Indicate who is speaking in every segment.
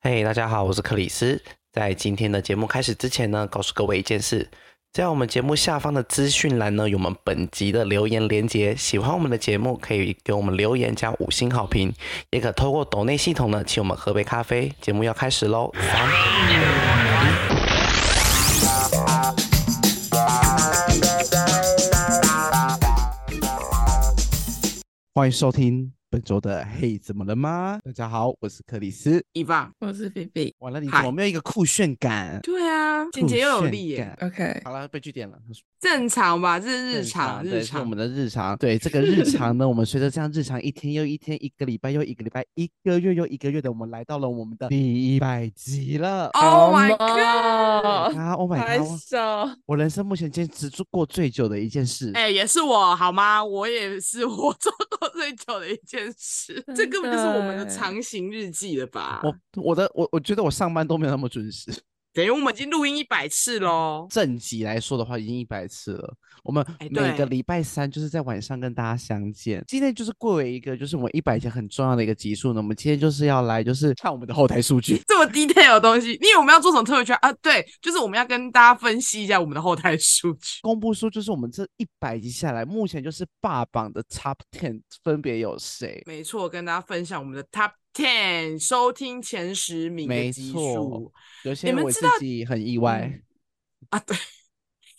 Speaker 1: 嘿大家好，我是克里斯。在今天的节目开始之前呢，告诉各位一件事，在我们节目下方的资讯栏呢，有我们本集的留言连接。喜欢我们的节目，可以给我们留言加五星好评，也可透过抖内系统呢，请我们喝杯咖啡。节目要开始喽！三
Speaker 2: 欢迎收听本周的《嘿，怎么了吗》？大家好，我是克里斯。
Speaker 3: 一棒，
Speaker 4: 我是 B B。
Speaker 2: 完了，你
Speaker 3: 嗨
Speaker 2: 怎么没有一个酷炫感？
Speaker 3: 对啊，简洁又有力
Speaker 2: 酷炫
Speaker 3: 耶，
Speaker 2: 感
Speaker 4: OK，
Speaker 2: 好了，被据点了。
Speaker 3: 正常吧？这是日
Speaker 2: 常，
Speaker 3: 常，
Speaker 2: 对
Speaker 3: 日
Speaker 2: 是我
Speaker 3: 常
Speaker 2: 们。的日常。对这个日常呢，我们随着这样日常一天又一天，一个礼拜又一个礼拜，一个月又一个月的，我们来到了我们的第一百集了。
Speaker 3: Oh my god！
Speaker 4: god！
Speaker 2: 啊，Oh my
Speaker 4: 拍
Speaker 2: god！
Speaker 4: 手！
Speaker 2: 我人生目前坚持做过最久的一件事。
Speaker 3: 哎、也是我好吗？我也是我 做过最久的一件事，这
Speaker 4: 真
Speaker 3: 根本就是我们的
Speaker 4: 的耶
Speaker 3: 长行日记了吧？
Speaker 2: 我我的我我觉得我上班都没有那么准时。
Speaker 3: 等于我们已经录音一百次喽。
Speaker 2: 正集来说的话，已经一百次了。我们
Speaker 3: 哎
Speaker 2: 每个
Speaker 3: 对
Speaker 2: 礼拜三就是在晚上跟大家相见。今天就是贵为一个，就是我们一百集很重要的一个集数呢。我们今天就是要来，就是看我们的后台数据。
Speaker 3: 这么 detail 的东西，你以为我们要做什么特别圈啊？对，就是我们要跟大家分析一下我们的后台数据。
Speaker 2: 公布说，就是我们这一百集下来，目前就是霸榜的 Top Ten 分别有谁？
Speaker 3: 没错，跟大家分享我们的 Top Ten 收听前十名
Speaker 2: 没
Speaker 3: 的集
Speaker 2: 错
Speaker 3: 数。
Speaker 2: 有些
Speaker 3: 你们
Speaker 2: 我
Speaker 3: 知
Speaker 2: 自
Speaker 3: 道
Speaker 2: 己很意外，
Speaker 3: 啊，对，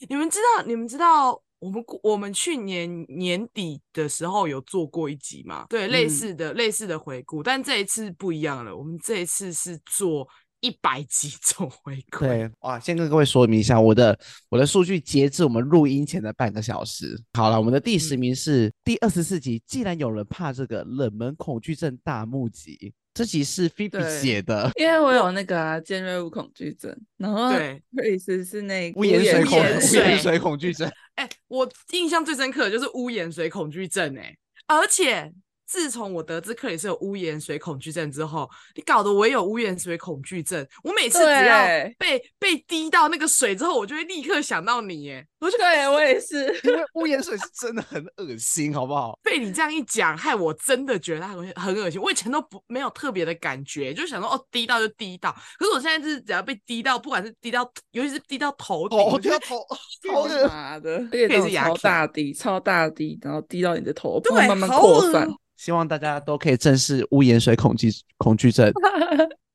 Speaker 3: 你们知道，你们知道我们过我们去年年底的时候有做过一集吗？对，类
Speaker 2: 嗯
Speaker 3: 似的、类似的回顾，但这一次不一样了，我们这一次是做一百集总回馈。
Speaker 2: 对，哇，先跟各位说明一下，我的我的数据截至我们录音前的半个小时。好了，我们的第十名是第二十四集，既然有人怕这个冷门恐惧症大募集，这集是菲比
Speaker 3: 对
Speaker 2: 写的，
Speaker 4: 因为我有那个啊，尖锐物恐惧症，然
Speaker 2: 呃
Speaker 4: 后
Speaker 3: 对，
Speaker 4: 克里斯是那个
Speaker 2: 污盐水
Speaker 3: 水
Speaker 2: 恐
Speaker 3: 恐
Speaker 2: 污
Speaker 3: 污
Speaker 2: 盐
Speaker 3: 盐
Speaker 2: 水恐惧症。
Speaker 3: 哎、我印象最深刻的就是屋檐水恐惧症、哎，而且。自从我得知克里斯有屋檐水恐惧症之后，你搞得我也有屋檐水恐惧症。我每次只要
Speaker 4: 对
Speaker 3: 被被滴到那个水之后，我就会立刻想到你，哎，我就
Speaker 4: 对我也是，
Speaker 2: 因为污盐水是真的很恶心，好不 好？
Speaker 3: 被你这样一讲，害我真的觉得它很很恶心。我以前都不没有特别的感觉，就想说哦，滴到就滴到。可是我现在就是只要被滴到，不管是滴到，尤其是滴到头顶，
Speaker 2: 头
Speaker 3: 我就
Speaker 2: 要
Speaker 3: 会
Speaker 2: 头，好
Speaker 4: 超
Speaker 2: 恶
Speaker 4: 麻的，而且
Speaker 3: 可以
Speaker 4: 那
Speaker 3: 是
Speaker 4: 种
Speaker 3: 牙
Speaker 4: 超
Speaker 3: 条
Speaker 4: 大滴，超大滴，然后滴到你的头，然后
Speaker 3: 对
Speaker 4: 慢慢
Speaker 3: 好
Speaker 4: 扩
Speaker 3: 恶
Speaker 4: 散。
Speaker 2: 希望大家都可以正视污盐水恐惧恐惧症。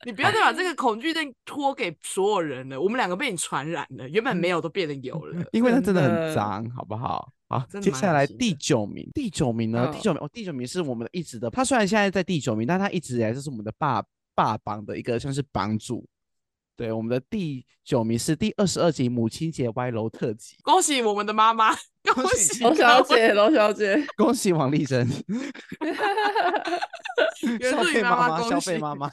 Speaker 3: 你不要再把这个恐惧症拖给所有人了。我们两个被你传染了，原本没有都变得有了。
Speaker 2: 因为它真
Speaker 4: 真
Speaker 2: 的很
Speaker 4: 的
Speaker 2: 脏，好不好？好，
Speaker 3: 真的
Speaker 2: 接
Speaker 3: 蛮
Speaker 2: 下
Speaker 3: 恶
Speaker 2: 来
Speaker 3: 心
Speaker 2: 第
Speaker 3: 的嗯
Speaker 2: 九名，第九名呢？第
Speaker 4: 哦
Speaker 2: 九名哦，第九名是我们一直的，他虽然现在在第九名，但他一直以来就是我们的霸霸榜的一个像是榜主。对，我们的第九名是第二十二集母亲节歪楼特辑，
Speaker 3: 恭喜我们的妈妈，
Speaker 2: 恭
Speaker 3: 恭
Speaker 2: 喜
Speaker 3: 喜
Speaker 4: 罗小
Speaker 3: 各位，
Speaker 4: 姐，罗小姐，
Speaker 2: 恭喜王丽珍，
Speaker 3: 原
Speaker 2: 消
Speaker 3: 住民
Speaker 2: 费
Speaker 3: 妈
Speaker 2: 妈
Speaker 3: 妈
Speaker 2: 妈，
Speaker 3: 恭
Speaker 2: 消费
Speaker 3: 喜
Speaker 2: 妈妈，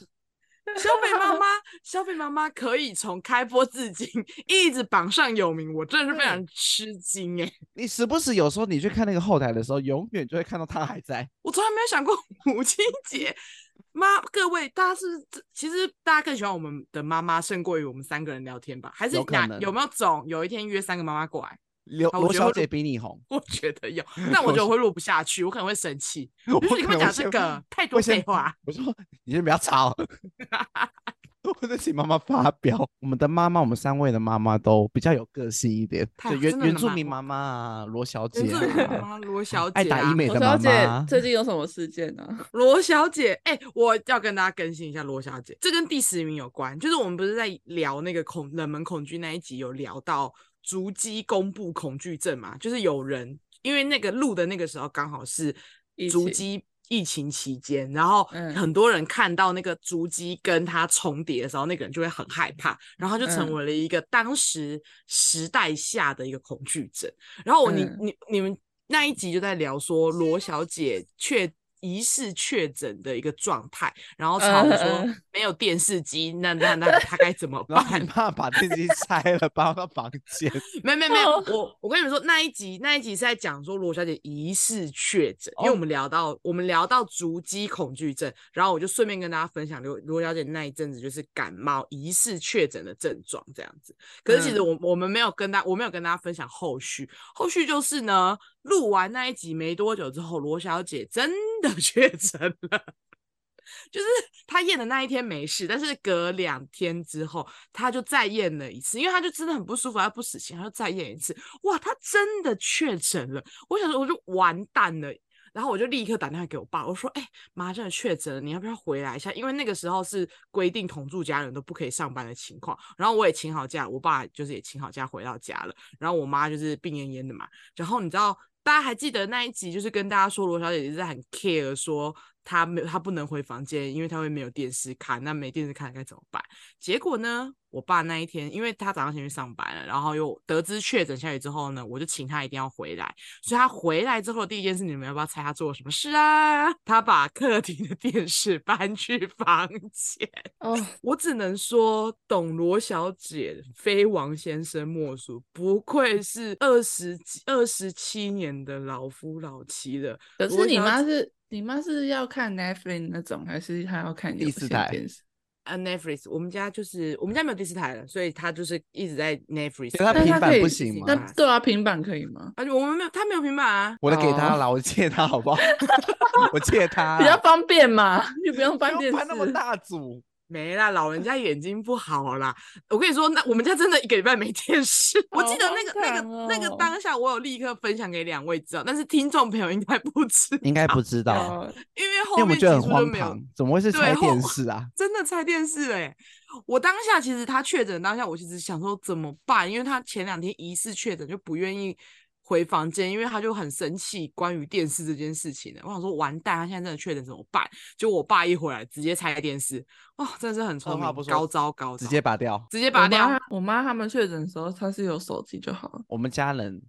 Speaker 3: 小北妈妈，小北妈妈可以从开播至今 一直榜上有名，我真的是非
Speaker 2: 对
Speaker 3: 常吃惊哎、
Speaker 2: 你时不时有时候你去看那个后台的时候，永远就会看到他还在。
Speaker 3: 我从来没有想过母亲节。妈，各位，大家是不是这其实大家更喜欢我们的妈妈胜过于我们三个人聊天吧？还是
Speaker 2: 有可
Speaker 3: 哪
Speaker 2: 能
Speaker 3: 有没有种有一天约三个妈妈过来？
Speaker 2: 刘
Speaker 3: 好我
Speaker 2: 罗
Speaker 3: 觉得
Speaker 2: 小
Speaker 3: 会
Speaker 2: 姐比你红，
Speaker 3: 我觉 得有，但我觉得我会录不下去，我可能会生气。
Speaker 2: 我
Speaker 3: 我 就是你
Speaker 2: 可
Speaker 3: 跟
Speaker 2: 能会
Speaker 3: 我讲这
Speaker 2: 先
Speaker 3: 个太多
Speaker 2: 我先
Speaker 3: 废话，
Speaker 2: 我说你先不要吵， 我在请妈妈发飙。我们的妈妈，我们三位的妈妈都比较有个性一点，
Speaker 3: 太
Speaker 2: 就
Speaker 3: 好
Speaker 2: 原
Speaker 3: 真的
Speaker 2: 原
Speaker 3: 蛮
Speaker 2: 住
Speaker 3: 好
Speaker 2: 民妈妈啊，罗小
Speaker 3: 原
Speaker 2: 姐
Speaker 3: 住民妈
Speaker 2: 啊，
Speaker 3: 妈罗小姐、啊，
Speaker 2: 爱打医美的
Speaker 4: 罗
Speaker 2: 妈
Speaker 4: 小姐
Speaker 2: 妈，
Speaker 4: 最近有什么事件呢、啊？
Speaker 3: 罗小姐，哎、我要跟大家更新一下罗小姐，这跟第十名有关，就是我们不是在聊那个恐冷门恐惧那一集有聊到足迹公布恐惧症嘛？就是有人因为那个录的那个时候刚好是
Speaker 4: 疫
Speaker 3: 足
Speaker 4: 情
Speaker 3: 迹疫情期间，然后
Speaker 4: 嗯
Speaker 3: 很多人看到那个足迹跟他重叠的时候，那个人就会很害怕，然后就成
Speaker 4: 嗯
Speaker 3: 为了一个当时时代下的一个恐惧症。然后我你
Speaker 4: 嗯
Speaker 3: 你你们那一集就在聊说罗小姐确疑似确诊的一个状态，然后吵
Speaker 4: 嗯
Speaker 3: 说
Speaker 4: 嗯
Speaker 3: 没有电视机，那那那她该怎么
Speaker 2: 然后你
Speaker 3: 办？
Speaker 2: 怕把自己拆了，搬到房间。
Speaker 3: 没有没有没有，
Speaker 4: 哦
Speaker 3: 我我跟你们说那一集那一集是在讲说罗小姐疑似确诊，
Speaker 4: 哦
Speaker 3: 因为我们聊到我们聊到足迹恐惧症，然后我就顺便跟大家分享罗罗小姐那一阵子就是感冒疑似确诊的症状这样子。可是其实
Speaker 4: 嗯
Speaker 3: 我、我们没有跟大我没有跟大家分享后续，后续就是呢， 录完那一集没多久之后，罗小姐真的确诊了。就是他验的那一天没事，但是隔两天之后他就再验了一次，因为他就真的很不舒服，他不死心，他就再验一次，哇，他真的确诊了，我想说我就完蛋了。然后我就立刻打电话给我爸，我说：“哎、妈，真的确诊了，你要不要回来一下？因为那个时候是规定同住家人都不可以上班的情况。然后我也请好假，我爸就是也请好假回到家了。然后我妈就是病恹恹的嘛。然后你知道，大家还记得那一集，就是跟大家说罗小姐一直在很 care 说她没有她不能回房间，因为她会没有电视看。那没电视看该怎么办？结果呢，我爸那一天，因为他早上先去上班了，然后又得知确诊下雨之后呢，我就请他一定要回来。所以他回来之后第一件事，你们要不要猜他做了什么事啊？ 他把客厅的电视搬去房间。
Speaker 4: 哦，
Speaker 3: 我只能说，董罗小姐非王先生莫属，不愧是二十二十七年的老夫老妻了。
Speaker 4: 可
Speaker 3: 罗
Speaker 4: 是你
Speaker 3: 小
Speaker 4: 妈
Speaker 3: 姐
Speaker 4: 是你妈是要看 Netflix 那种，还是她要看
Speaker 2: 第
Speaker 4: 有
Speaker 2: 四
Speaker 4: 线
Speaker 2: 台
Speaker 4: 电视？
Speaker 3: 呃 Netflix，我们家就是我们家没有第四台了，所以她就是一直在 Netflix
Speaker 2: 可是她
Speaker 3: 看。
Speaker 4: 平板不
Speaker 2: 行吗
Speaker 4: 那
Speaker 2: 哇
Speaker 4: 对啊，平板可以吗？
Speaker 3: 而且我们没有，她没有平板啊。
Speaker 2: 我的给他啦，我借他好不好？ 我借他啦，
Speaker 4: 比较方便 嘛，就啊不用
Speaker 2: 不
Speaker 4: 搬
Speaker 2: 要
Speaker 4: 电视
Speaker 2: 搬。那么大组。
Speaker 3: 没啦，老人家眼睛不好啦。我跟你说，那我们家真的一个礼拜没电视。我记得
Speaker 4: 好
Speaker 3: 那个、
Speaker 4: 荒
Speaker 3: 那
Speaker 4: 唐
Speaker 3: 个、那个
Speaker 4: 哦
Speaker 3: 当下，我有立刻分享给两位知道，但是听众朋友应该不知，
Speaker 2: 应该不知道，
Speaker 4: 哦
Speaker 3: 因为
Speaker 2: 因
Speaker 3: 后
Speaker 2: 为我
Speaker 3: 面
Speaker 2: 觉得很
Speaker 3: 几乎就
Speaker 2: 荒
Speaker 3: 没有
Speaker 2: 唐，怎么会是
Speaker 3: 对
Speaker 2: 拆
Speaker 3: 后
Speaker 2: 电视 啊？
Speaker 3: 真的拆电视哎、我当下其实他确诊当下，我其实想说怎么办，因为他前两天疑似确诊就不愿意回房间，因为他就很生气关于电视这件事情的。我想说完蛋，他现在真的确诊怎么办？就我爸一回来直接拆电视，哇、真的是很
Speaker 2: 二
Speaker 3: 聪
Speaker 2: 话
Speaker 3: 明
Speaker 2: 不，说
Speaker 3: 高招高招，
Speaker 2: 直接拔掉。
Speaker 3: 直接
Speaker 4: 我
Speaker 3: 拔掉。
Speaker 4: 妈我妈他们确诊的时候，她是有手机就好 了。
Speaker 2: 我们家人，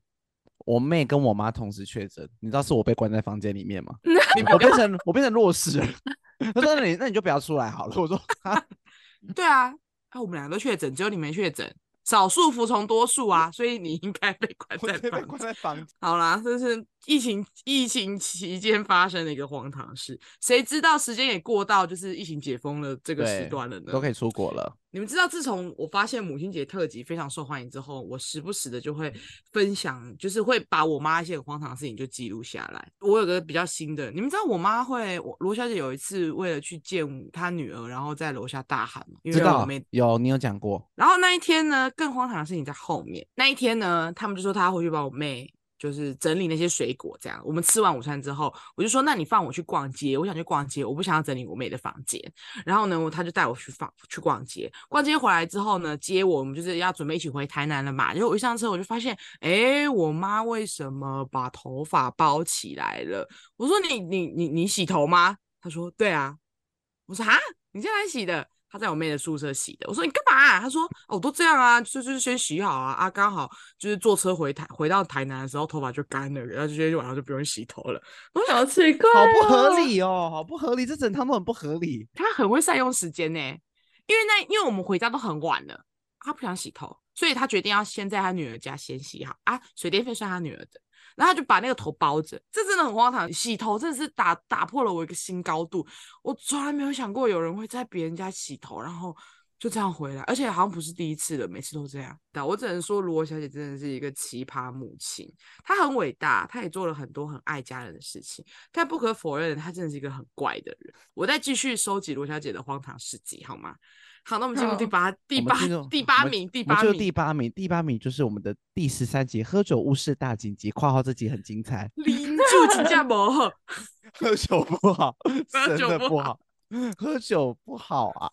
Speaker 2: 我妹跟我妈同时确诊，你知道是我被关在房间里面吗？
Speaker 3: 你
Speaker 2: 我变成我变成弱势了。 她说：“那你那你就不要出来好了。”我 说：“啊，
Speaker 3: 对啊，啊我们两个都确诊，只有你没确诊，少数服从多数啊，所以你应该被关
Speaker 2: 我
Speaker 3: 在
Speaker 2: 直接被
Speaker 3: 房间
Speaker 2: 关。在房间。
Speaker 3: 好啦，这是疫情疫情期间发生的一个荒唐事，谁知道时间也过到就是疫情解封了这”个时段了呢？
Speaker 2: 都可以出国了。
Speaker 3: 你们知道，自从我发现母亲节特辑非常受欢迎之后，我时不时的就
Speaker 2: 嗯
Speaker 3: 会分享，就是会把我妈一些很荒唐的事情就记录下来。我有个比较新的，你们知道我妈会，我罗小姐有一次为了去见她女儿，然后在楼下大喊嘛，因为
Speaker 2: 知
Speaker 3: 我
Speaker 2: 道
Speaker 3: 妹
Speaker 2: 有你有讲过，
Speaker 3: 然后那一天呢，更荒唐的事情在后面。那一天呢，他们就说他回去帮我妹就是整理那些水果，这样。我们吃完午餐之后，我就说那你放我去逛街，我想去逛街，我不想要整理我妹的房间。然后呢，他就带我去放去逛街。逛街回来之后呢，接我，我们就是要准备一起回台南了嘛。结果我一上车，我就发现，哎，我妈为什么把头发包起来了？我说你你你你洗头吗？他说对啊。我说啊，你今天来洗的？他在我妹的宿舍洗的。我说你干嘛啊、他说哦，我都这样啊，就就是先洗好啊啊，刚好就是坐车回台回到台南的时候，头发就干了，然后就今天晚上就不用洗头了。我想
Speaker 4: 好奇怪、
Speaker 2: 好不合。理哦，好不合理，这整趟都很不合理。
Speaker 3: 他很会善用时间呢、因为那因为我们回家都很晚了，他不想洗头，所以他决定要先在他女儿家先洗好啊，水电费算他女儿的。然后他就把那个头包着，这真的很荒唐。洗头真的是打打破了我一个新高度，我从来没有想过有人会在别人家洗头，然后就这样回来，而且好像不是第一次了，每次都这样。但我只能说，罗小姐真的是一个奇葩母亲，她很伟大，她也做了很多很爱家人的事情，但不可否认，她真的是一个很怪的人。我再继续收集罗小姐的荒唐事迹，好吗？好，那我们进入第
Speaker 4: 好
Speaker 3: 八、第
Speaker 2: 我们
Speaker 3: 八
Speaker 2: 进入、
Speaker 3: 第
Speaker 2: 我
Speaker 3: 八
Speaker 2: 们
Speaker 3: 名、第
Speaker 2: 我们
Speaker 3: 八
Speaker 2: 进入
Speaker 3: 名、，
Speaker 2: 第八名，第八名就是我们的第十三集《喝酒误事大紧急》（括号这集很精彩
Speaker 3: 零住请假不好，
Speaker 2: 喝酒不 好，真
Speaker 3: 酒
Speaker 2: 的
Speaker 3: 不
Speaker 2: 不
Speaker 3: 好
Speaker 2: 好，喝酒不好啊！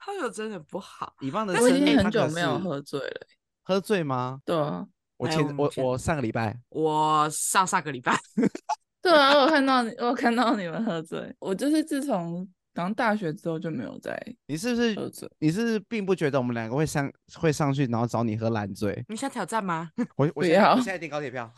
Speaker 3: 她有真的不好。
Speaker 2: 以棒的
Speaker 4: 我
Speaker 2: 生
Speaker 4: 已
Speaker 2: 日
Speaker 4: 经
Speaker 2: 他
Speaker 4: 很久
Speaker 2: 可
Speaker 4: 没有
Speaker 2: 是
Speaker 4: 喝醉了。
Speaker 2: 喝醉吗？
Speaker 4: 对啊，
Speaker 2: 我
Speaker 3: 哎
Speaker 2: 前
Speaker 3: 我们
Speaker 2: 我
Speaker 3: 前
Speaker 2: 我上个礼拜
Speaker 3: 我上上个礼拜，
Speaker 4: 对啊，我有看到你，我有看到你们喝醉。我就是自从上大学之后就没有再
Speaker 2: 你是不是
Speaker 4: 喝醉。
Speaker 2: 你是不是并不觉得我们两个会上会上去，然后找你喝烂醉？
Speaker 3: 你想挑战吗？
Speaker 2: 我我
Speaker 4: 不
Speaker 2: 现在我
Speaker 4: 要
Speaker 2: 现在订高铁票，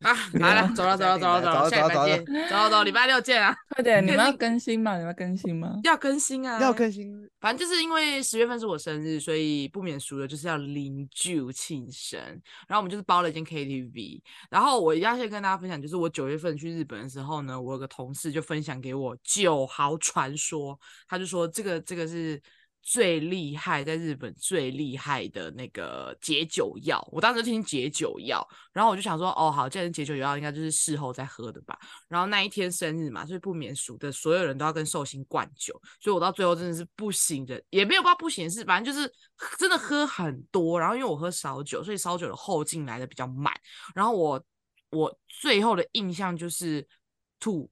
Speaker 3: 啊，来了，走了，走了，走了，走了，
Speaker 2: 下一
Speaker 3: 下礼
Speaker 2: 拜
Speaker 3: 拜见
Speaker 2: 见，
Speaker 3: 走了走了，礼拜六见啊！
Speaker 4: 快点，你
Speaker 3: 肯
Speaker 4: 们要
Speaker 3: 定
Speaker 4: 更新吗？你们要更新吗？
Speaker 3: 要更新啊，
Speaker 2: 要更新
Speaker 3: 反正就是因为十月份是我生日，所以不免俗的就是要零酒庆生。然后我们就是包了一间 KTV。然后我一定要先跟大家分享，就是我九月份去日本的时候呢，我有个同事就分享给我酒豪传说，他就说这个这个是最厉害，在日本最厉害的那个解酒药。我当时就听解酒药，然后我就想说，哦，好，既然解酒药应该就是事后再喝的吧。然后那一天生日嘛，所以不免俗的，所有人都要跟寿星灌酒，所以我到最后真的是不省人，也没有到不省事，反正就是真的喝很多。然后因为我喝烧酒，所以烧酒的后劲来的比较满。然后我我最后的印象就是吐，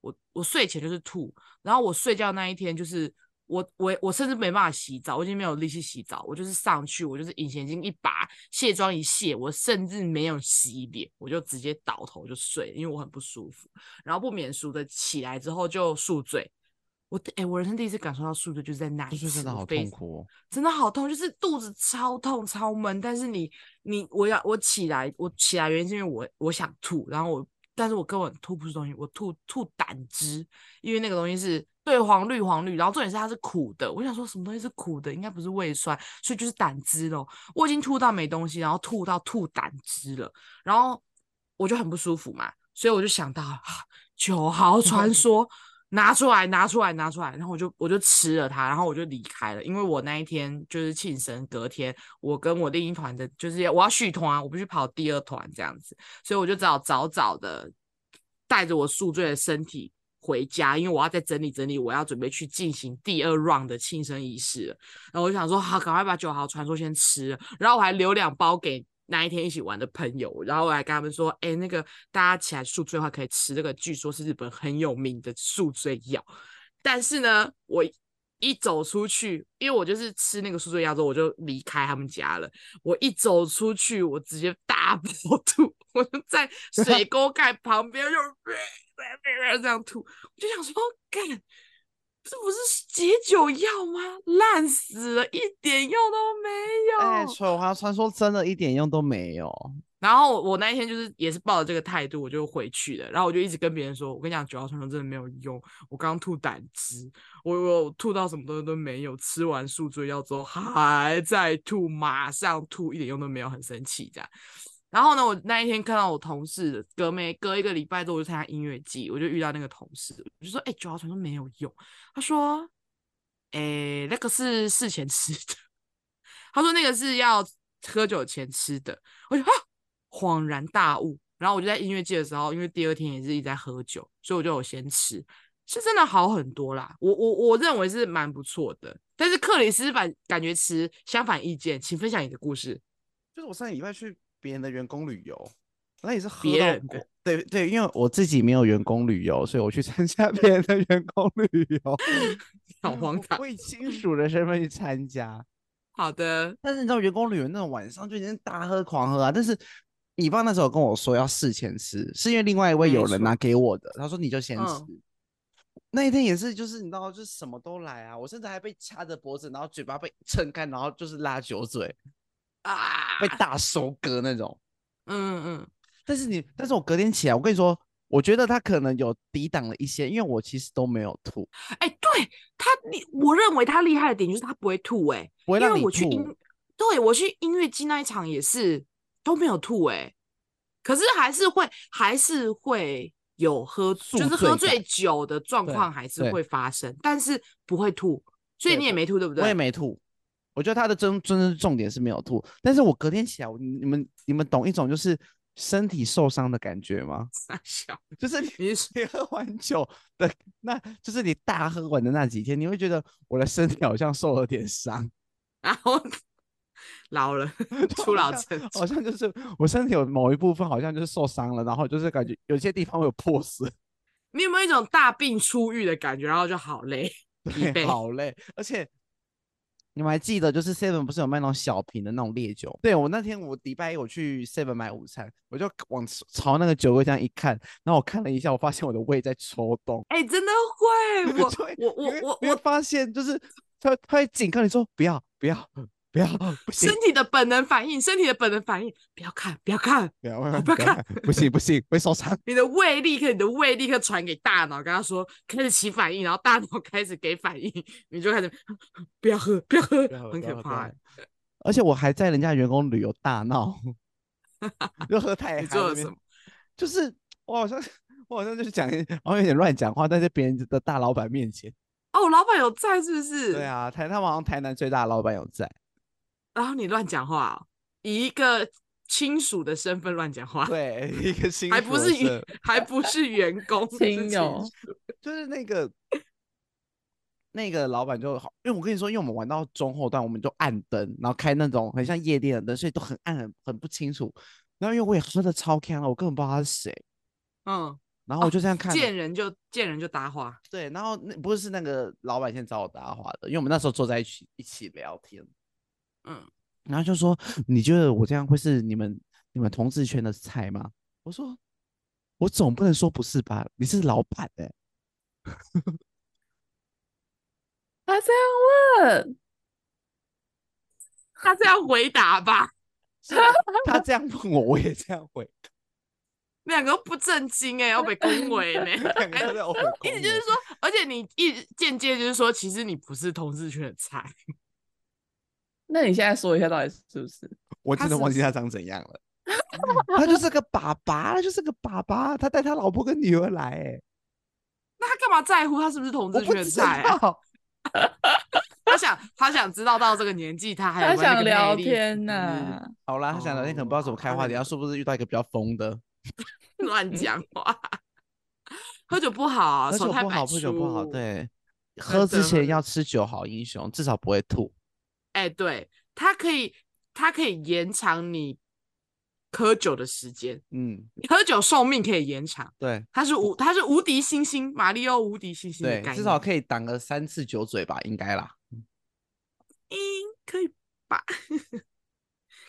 Speaker 3: 我我睡前就是吐，然后我睡觉那一天就是我我我甚至没办法洗澡，我已经没有力气洗澡，我就是上去我就是隐形眼镜一拔，卸妆一卸，我甚至没有洗脸，我就直接倒头就睡了，因为我很不舒服，然后不免俗的起来之后就宿醉。我哎、我人生第一次感受到宿醉，就是在那一
Speaker 2: 就
Speaker 3: 次，
Speaker 2: 是真的
Speaker 3: 我
Speaker 2: 好
Speaker 3: 非
Speaker 2: 痛苦哦。
Speaker 3: 真的好痛，就是肚子超痛超闷。但是你你我要我起来，我起来原因是因为我我想吐，然后我但是我根本吐不出东西，我吐吐胆汁，因为那个东西是对黄绿黄绿，然后重点是它是苦的。我想说什么东西是苦的，应该不是胃酸，所以就是胆汁咯。我已经吐到没东西，然后吐到吐胆汁了，然后我就很不舒服嘛，所以我就想到、啊、九豪传说。拿出来，拿出来，拿出来，然后我就我就吃了它，然后我就离开了，因为我那一天就是庆生，隔天我跟我另一团的，就是要我要续团，啊我不去跑第二团这样子，所以我就只好早早的带着我宿醉的身体回家，因为我要再整理整理，我要准备去进行第二 round 的庆生仪式了。然后我就想说，好，赶快把九号传说先吃了，然后我还留两包给。那一天一起玩的朋友，然后我还跟他们说，哎、那个大家起来宿醉的话，可以吃这个，据说是日本很有名的宿醉药。但是呢，我一走出去，因为我就是吃那个宿醉药之后，我就离开他们家了。我一走出去，我直接大爆 吐，我就在水沟盖旁边就 这样吐，我就想说，干，这不是解酒药吗？烂死了，一点用都没有。
Speaker 2: 哎，丑华传说真的一点用都没有。
Speaker 3: 然后我我那一天就是也是抱着这个态度，我就回去了。然后我就一直跟别人说：“我跟你讲，九号传说真的没有用，我刚吐胆汁，我我吐到什么东西都没有，吃完宿醉药之后还在吐，马上吐，一点用都没有，很生气这样。”然后呢，我那一天看到我同事的隔没隔一个礼拜之后，我就参加音乐季，我就遇到那个同事，我就说：“哎、九号传说没有用。”他说：“哎、那个是事前吃的。” 他说那个是要喝酒前吃的。我就啊，恍然大悟。然后我就在音乐季的时候，因为第二天也是一直在喝酒，所以我就有先吃，是真的好很多啦。我我我认为是蛮不错的。但是克里斯反感觉持相反意见，请分享你的故事。
Speaker 2: 就是我上个礼拜去别人的员工旅游，那也是喝
Speaker 3: 别
Speaker 2: 到
Speaker 3: 人
Speaker 2: 过
Speaker 3: 的。
Speaker 2: 对对，因为我自己没有员工旅游，所以我去参加 别人的员工旅游，
Speaker 3: 好荒 唐
Speaker 2: 我。以亲属的身份去参加。
Speaker 3: 好的，
Speaker 2: 但是你知道员工旅游那种晚上就已经大喝狂喝啊，但是乙方那时候跟我说要事前吃，是因为另外一位
Speaker 3: 没
Speaker 2: 友人拿
Speaker 3: 错
Speaker 2: 给我的，他说你就先吃。
Speaker 3: 嗯
Speaker 2: 那一天也是，就是你知道，就是什么都来啊，我甚至还被掐着脖子，然后嘴巴被撑开，然后就是拉酒嘴，
Speaker 3: 啊
Speaker 2: 被，大收割那种。
Speaker 3: 嗯嗯
Speaker 2: 但是你，但是我隔天起来，我跟你说，我觉得他可能有抵挡了一些，因为我其实都没有吐，
Speaker 3: 嗯，哎、对他，你我认为他厉害的点就是他不会吐、哎，
Speaker 2: 不会
Speaker 3: 因
Speaker 2: 让
Speaker 3: 为
Speaker 2: 你
Speaker 3: 我去音
Speaker 2: 吐。，
Speaker 3: 对我去音乐季那一场也是都没有吐哎、可是还是会还是会有喝，
Speaker 2: 宿
Speaker 3: 就是
Speaker 2: 醉
Speaker 3: 喝
Speaker 2: 感
Speaker 3: 醉酒的状
Speaker 2: 对
Speaker 3: 况还是
Speaker 2: 对
Speaker 3: 会发生，但是不会吐，所以
Speaker 2: 对
Speaker 3: 你也
Speaker 2: 不
Speaker 3: 没吐对不对？
Speaker 2: 我也没吐。我觉得他的真真正重点是没有吐，但是我隔天起来，我你们你们懂一种就是身体受伤的感觉吗？
Speaker 3: 傻笑，
Speaker 2: 就是你
Speaker 3: 你是
Speaker 2: 你喝完酒的，那就是你大喝完的那几天，你会觉得我的身体好像受了点伤，
Speaker 3: 然后 老了
Speaker 2: 就
Speaker 3: 初老
Speaker 2: 好像
Speaker 3: 症
Speaker 2: 好
Speaker 3: 状，
Speaker 2: 像就是我身体有某一部分好像就是受伤了，然后就是感觉有些地方会有破损，
Speaker 3: 你有没有一种大病初愈的感觉？然后就好累，疲
Speaker 2: 对
Speaker 3: 惫
Speaker 2: 好累，而且。你们还记得，就是 Seven 不是有卖那种小瓶的那种烈酒？对我那天我礼拜一我去 Seven 买午餐，我就往朝那个酒柜这样一看，然后我看了一下，我发现我的胃在抽动，
Speaker 3: 哎、真的 会，我
Speaker 2: 对
Speaker 3: 我
Speaker 2: 你
Speaker 3: 我
Speaker 2: 会
Speaker 3: 我
Speaker 2: 你会
Speaker 3: 我
Speaker 2: 发现就是他他会警告你说不要不要不要不行
Speaker 3: 身体的本能反应，身体的本能反应，不要看，不要看，
Speaker 2: 不要不要
Speaker 3: 不要
Speaker 2: 不要
Speaker 3: 看
Speaker 2: 看不行不行会受伤。
Speaker 3: 你的胃立刻，你的胃立刻传给大脑，跟他说开始起反应，然后大脑开始给反应， 你就开始 不要喝，不要喝，很可怕欸。
Speaker 2: 而且我还在人家员工旅游大闹， 就喝太嗨。
Speaker 3: 你做了什么？
Speaker 2: 就是我好像我好像就是讲一，好像有点乱讲话，但在别人的大老板面前，
Speaker 3: 哦，我老板有在是不是？
Speaker 2: 对。啊，台他们好像台南最大的老板有在。
Speaker 3: 然后你乱讲话哦，以一个亲属的身份乱讲话，
Speaker 2: 对， 一个新
Speaker 3: 啊 还不
Speaker 2: 宿
Speaker 3: 是
Speaker 2: 舍
Speaker 3: 员， 还不是员工，是
Speaker 4: 亲友
Speaker 3: 属
Speaker 2: 就是那个那个老板就好，因为我跟你说，因为我们玩到中后段，我们就暗灯，然后开那种很像夜店的灯，所以都很暗，很很不清楚。然后因为我也喝的超开了，我根本不知道他是谁。
Speaker 3: 嗯，
Speaker 2: 然后我就这样看了、
Speaker 3: 见人就见人就搭话，
Speaker 2: 对，然后那不是那个老板先找我搭话的，因为我们那时候坐在一起一起聊天，
Speaker 3: 嗯，
Speaker 2: 然后就说你觉得我这样会是你们你们同志圈的菜吗？我说我总不能说不是吧，你是老板哎、
Speaker 4: 他啊这样问，
Speaker 3: 他这样回答吧，
Speaker 2: 是啊他这样问我，我也这样回，。
Speaker 3: 两个都不正经哎、要被恭维呢
Speaker 2: 两个都在偶尔
Speaker 3: 意
Speaker 2: 恭
Speaker 3: 思就是
Speaker 2: 维
Speaker 3: 说，而且你一直间接就是说，其实你不是同志圈的菜，
Speaker 4: 那你现在说一下到底是不是？
Speaker 2: 我
Speaker 3: 他
Speaker 2: 真的
Speaker 3: 是
Speaker 2: 忘
Speaker 3: 不
Speaker 2: 记他长怎样了。他就是个爸爸，他就是个爸爸，他带他老婆跟女儿来、欸，
Speaker 3: 那他干嘛在乎他是不是同
Speaker 2: 我
Speaker 3: 志
Speaker 2: 不
Speaker 3: 圈的
Speaker 2: 知
Speaker 3: 菜、啊？
Speaker 2: 道，
Speaker 3: 他想，他想知道到这个年 纪，他还有没
Speaker 4: 他
Speaker 3: 有那
Speaker 4: 想
Speaker 3: 个魅
Speaker 4: 聊
Speaker 3: 力
Speaker 4: 天
Speaker 3: 嗯
Speaker 4: 呐、
Speaker 2: 好啦，他想聊天可能不知道怎么
Speaker 3: 哦
Speaker 2: 开
Speaker 3: 他
Speaker 2: 话
Speaker 3: 那
Speaker 2: 题，他
Speaker 3: 个
Speaker 2: 是不是遇到一个比较疯的？
Speaker 3: 乱讲 话，喝酒不好啊，
Speaker 2: 喝
Speaker 3: 手
Speaker 2: 酒
Speaker 3: 太
Speaker 2: 不好，
Speaker 3: 白
Speaker 2: 喝酒不好，
Speaker 3: 出。
Speaker 2: 对，喝之
Speaker 3: 真
Speaker 2: 前
Speaker 3: 的
Speaker 2: 要吃酒好英雄，至少不会吐。
Speaker 3: 哎、对，它可以，它可以延长你喝酒的时间，
Speaker 2: 嗯，
Speaker 3: 你喝酒寿命可以延长，
Speaker 2: 对
Speaker 3: 它是无，它是无敌星星，马里奥无敌星星的
Speaker 2: 对
Speaker 3: 概，念，
Speaker 2: 至少可以挡个三次酒嘴吧，应该啦。
Speaker 3: 应可以吧？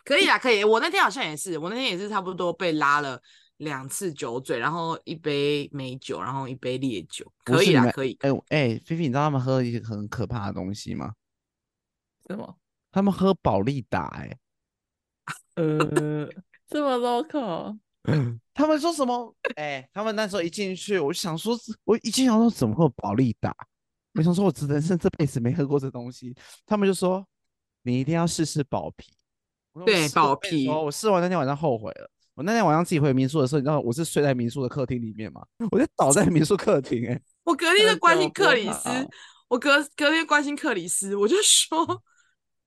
Speaker 3: 可以啊，可以。我那天好像也是，我那天也是差不多被拉了两次酒醉，然后一杯美酒，然后一杯烈酒，
Speaker 2: 不
Speaker 3: 可
Speaker 2: 是
Speaker 3: 以啊
Speaker 2: 美，
Speaker 3: 可以。
Speaker 2: 哎我哎，菲菲，你知道他们喝了一些很可怕的东西吗？
Speaker 4: 什么？
Speaker 2: 他们喝宝利达，哎，
Speaker 4: 呃，这么 local，
Speaker 2: 他们说什么？哎，他们那时候一进去，我就想说，我一进去想说怎么会有宝利达？我想说，我人生这辈子没喝过这东西。他们就说你一定要试试宝啤。我说我
Speaker 3: 对
Speaker 2: 试我
Speaker 3: 宝
Speaker 2: 跟你说
Speaker 3: 啤
Speaker 2: 我试完那天晚上后悔了。我那天晚上自己回民宿的时候，你知道我是睡在民宿的客厅里面嘛？我就倒在民宿客厅、哎，
Speaker 3: 我隔天
Speaker 4: 喝
Speaker 3: 就关
Speaker 4: 酒
Speaker 3: 心
Speaker 4: 不
Speaker 3: 克里斯，
Speaker 2: 嗯
Speaker 4: 好
Speaker 3: 我隔隔天关心克里斯，我就说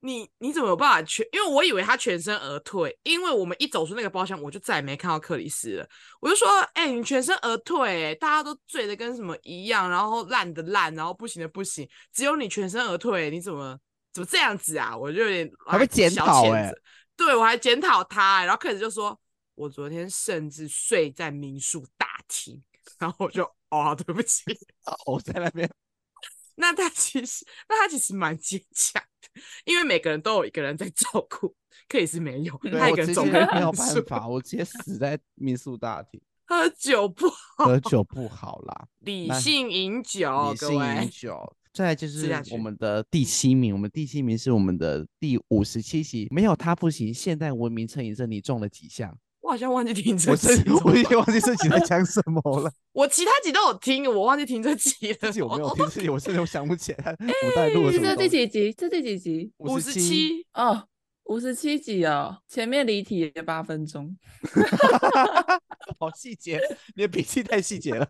Speaker 3: 你你怎么有办法全？因为我以为他全身而退，因为我们一走出那个包厢，我就再也没看到克里斯了。我就说，哎、你全身而退、大家都醉的跟什么一样，然后烂的烂，然后不行的不行，只有你全身而退，你怎么怎么这样子啊？我就有点
Speaker 2: 还被
Speaker 3: 哎
Speaker 2: 检
Speaker 3: 小
Speaker 2: 讨
Speaker 3: 谴
Speaker 2: 哎
Speaker 3: 责对我还检讨他、欸然后克里斯就说，我昨天甚至睡在民宿大厅， 然后我就哦，好对不起。
Speaker 2: 我在那 边，
Speaker 3: 那他其实，那他其实蛮坚强的，因为每个人都有一个人在照顾，克里斯没有，
Speaker 2: 对
Speaker 3: 他一
Speaker 2: 我
Speaker 3: 个人
Speaker 2: 直
Speaker 3: 照
Speaker 2: 接
Speaker 3: 顾
Speaker 2: 没有
Speaker 3: 民
Speaker 2: 办
Speaker 3: 宿，
Speaker 2: 法，我直接死在民宿大 厅，
Speaker 3: 喝酒不
Speaker 2: 喝酒不好啦。
Speaker 3: 理
Speaker 2: 那
Speaker 3: 性饮酒
Speaker 4: 哦
Speaker 2: 理，
Speaker 3: 各
Speaker 2: 性饮
Speaker 3: 位，
Speaker 2: 酒。再来就
Speaker 3: 吃下
Speaker 2: 是我
Speaker 3: 去
Speaker 2: 们的第七名，我们第七名是我们的第五十七期，没有他不行。现代文明成瘾症，你中了几 项？
Speaker 3: 我好像忘记听这
Speaker 2: 我
Speaker 3: 集
Speaker 2: 这
Speaker 3: 了，
Speaker 2: 我已经忘记自己在讲什么 了，
Speaker 3: 我其他集都有听，我忘记听这集了。
Speaker 2: 自
Speaker 3: 哦
Speaker 2: 己我没有听，自己我甚至想不起来 我们到底录了
Speaker 4: 是
Speaker 2: 什么
Speaker 4: 哦
Speaker 2: 东
Speaker 4: 这第
Speaker 2: 西。
Speaker 4: 几集？这第几集？
Speaker 3: 五十
Speaker 2: 57，
Speaker 3: 七，
Speaker 4: 哦，五十七集哦，前面离题了八分钟，
Speaker 2: 好细节，你的笔记太细节了。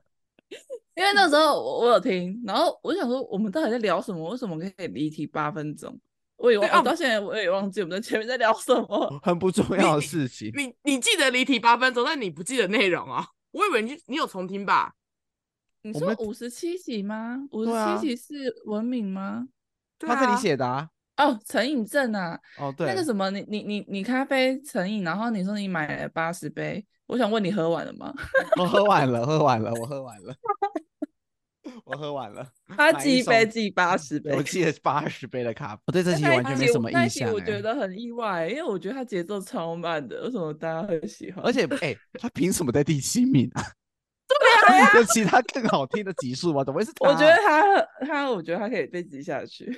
Speaker 4: 因为
Speaker 2: 嗯
Speaker 4: 那时候我我有听，然后我就想说我们到底在聊什么？为什么可以离题八分钟？我也忘，
Speaker 3: 对啊
Speaker 4: 我到现在我也忘记我们在前面在聊什么。
Speaker 2: 很不重要的事情，
Speaker 3: 你你记得离题八分钟，但你不记得内容啊？我以为你你有重听吧？
Speaker 4: 你
Speaker 2: 我
Speaker 4: 说
Speaker 2: 们
Speaker 4: 五十七集吗？五
Speaker 2: 对啊
Speaker 4: 十七集是文明吗？
Speaker 3: 对
Speaker 2: 他这
Speaker 3: 啊
Speaker 2: 里写的 啊。
Speaker 4: 哦，成瘾症啊，
Speaker 2: 哦，对，
Speaker 4: 那个什么，你你你你咖啡成瘾，然后你说你买了八十杯，我想问你喝完了 吗？
Speaker 2: 我喝完了，喝完了，我喝完 了，我喝完了。
Speaker 4: 他
Speaker 2: 买
Speaker 4: 记
Speaker 2: 一
Speaker 4: 一杯
Speaker 2: 送嗯
Speaker 4: 记八十杯，
Speaker 2: 我记得八十杯的咖啡，我对这
Speaker 4: 那
Speaker 2: 集
Speaker 4: 一
Speaker 2: 完全没
Speaker 4: 集
Speaker 2: 什
Speaker 4: 我
Speaker 2: 么
Speaker 4: 那一
Speaker 2: 印
Speaker 4: 集
Speaker 2: 象、欸。
Speaker 4: 我觉得很意外，因为我觉得他节奏超慢的，为什么大家会喜欢？
Speaker 2: 而且哎、他凭什么在第七名 啊？对 啊，有其他更好听的集数吗？怎么会是他？啊
Speaker 4: 我觉得他很他，我觉得他可以被挤下去，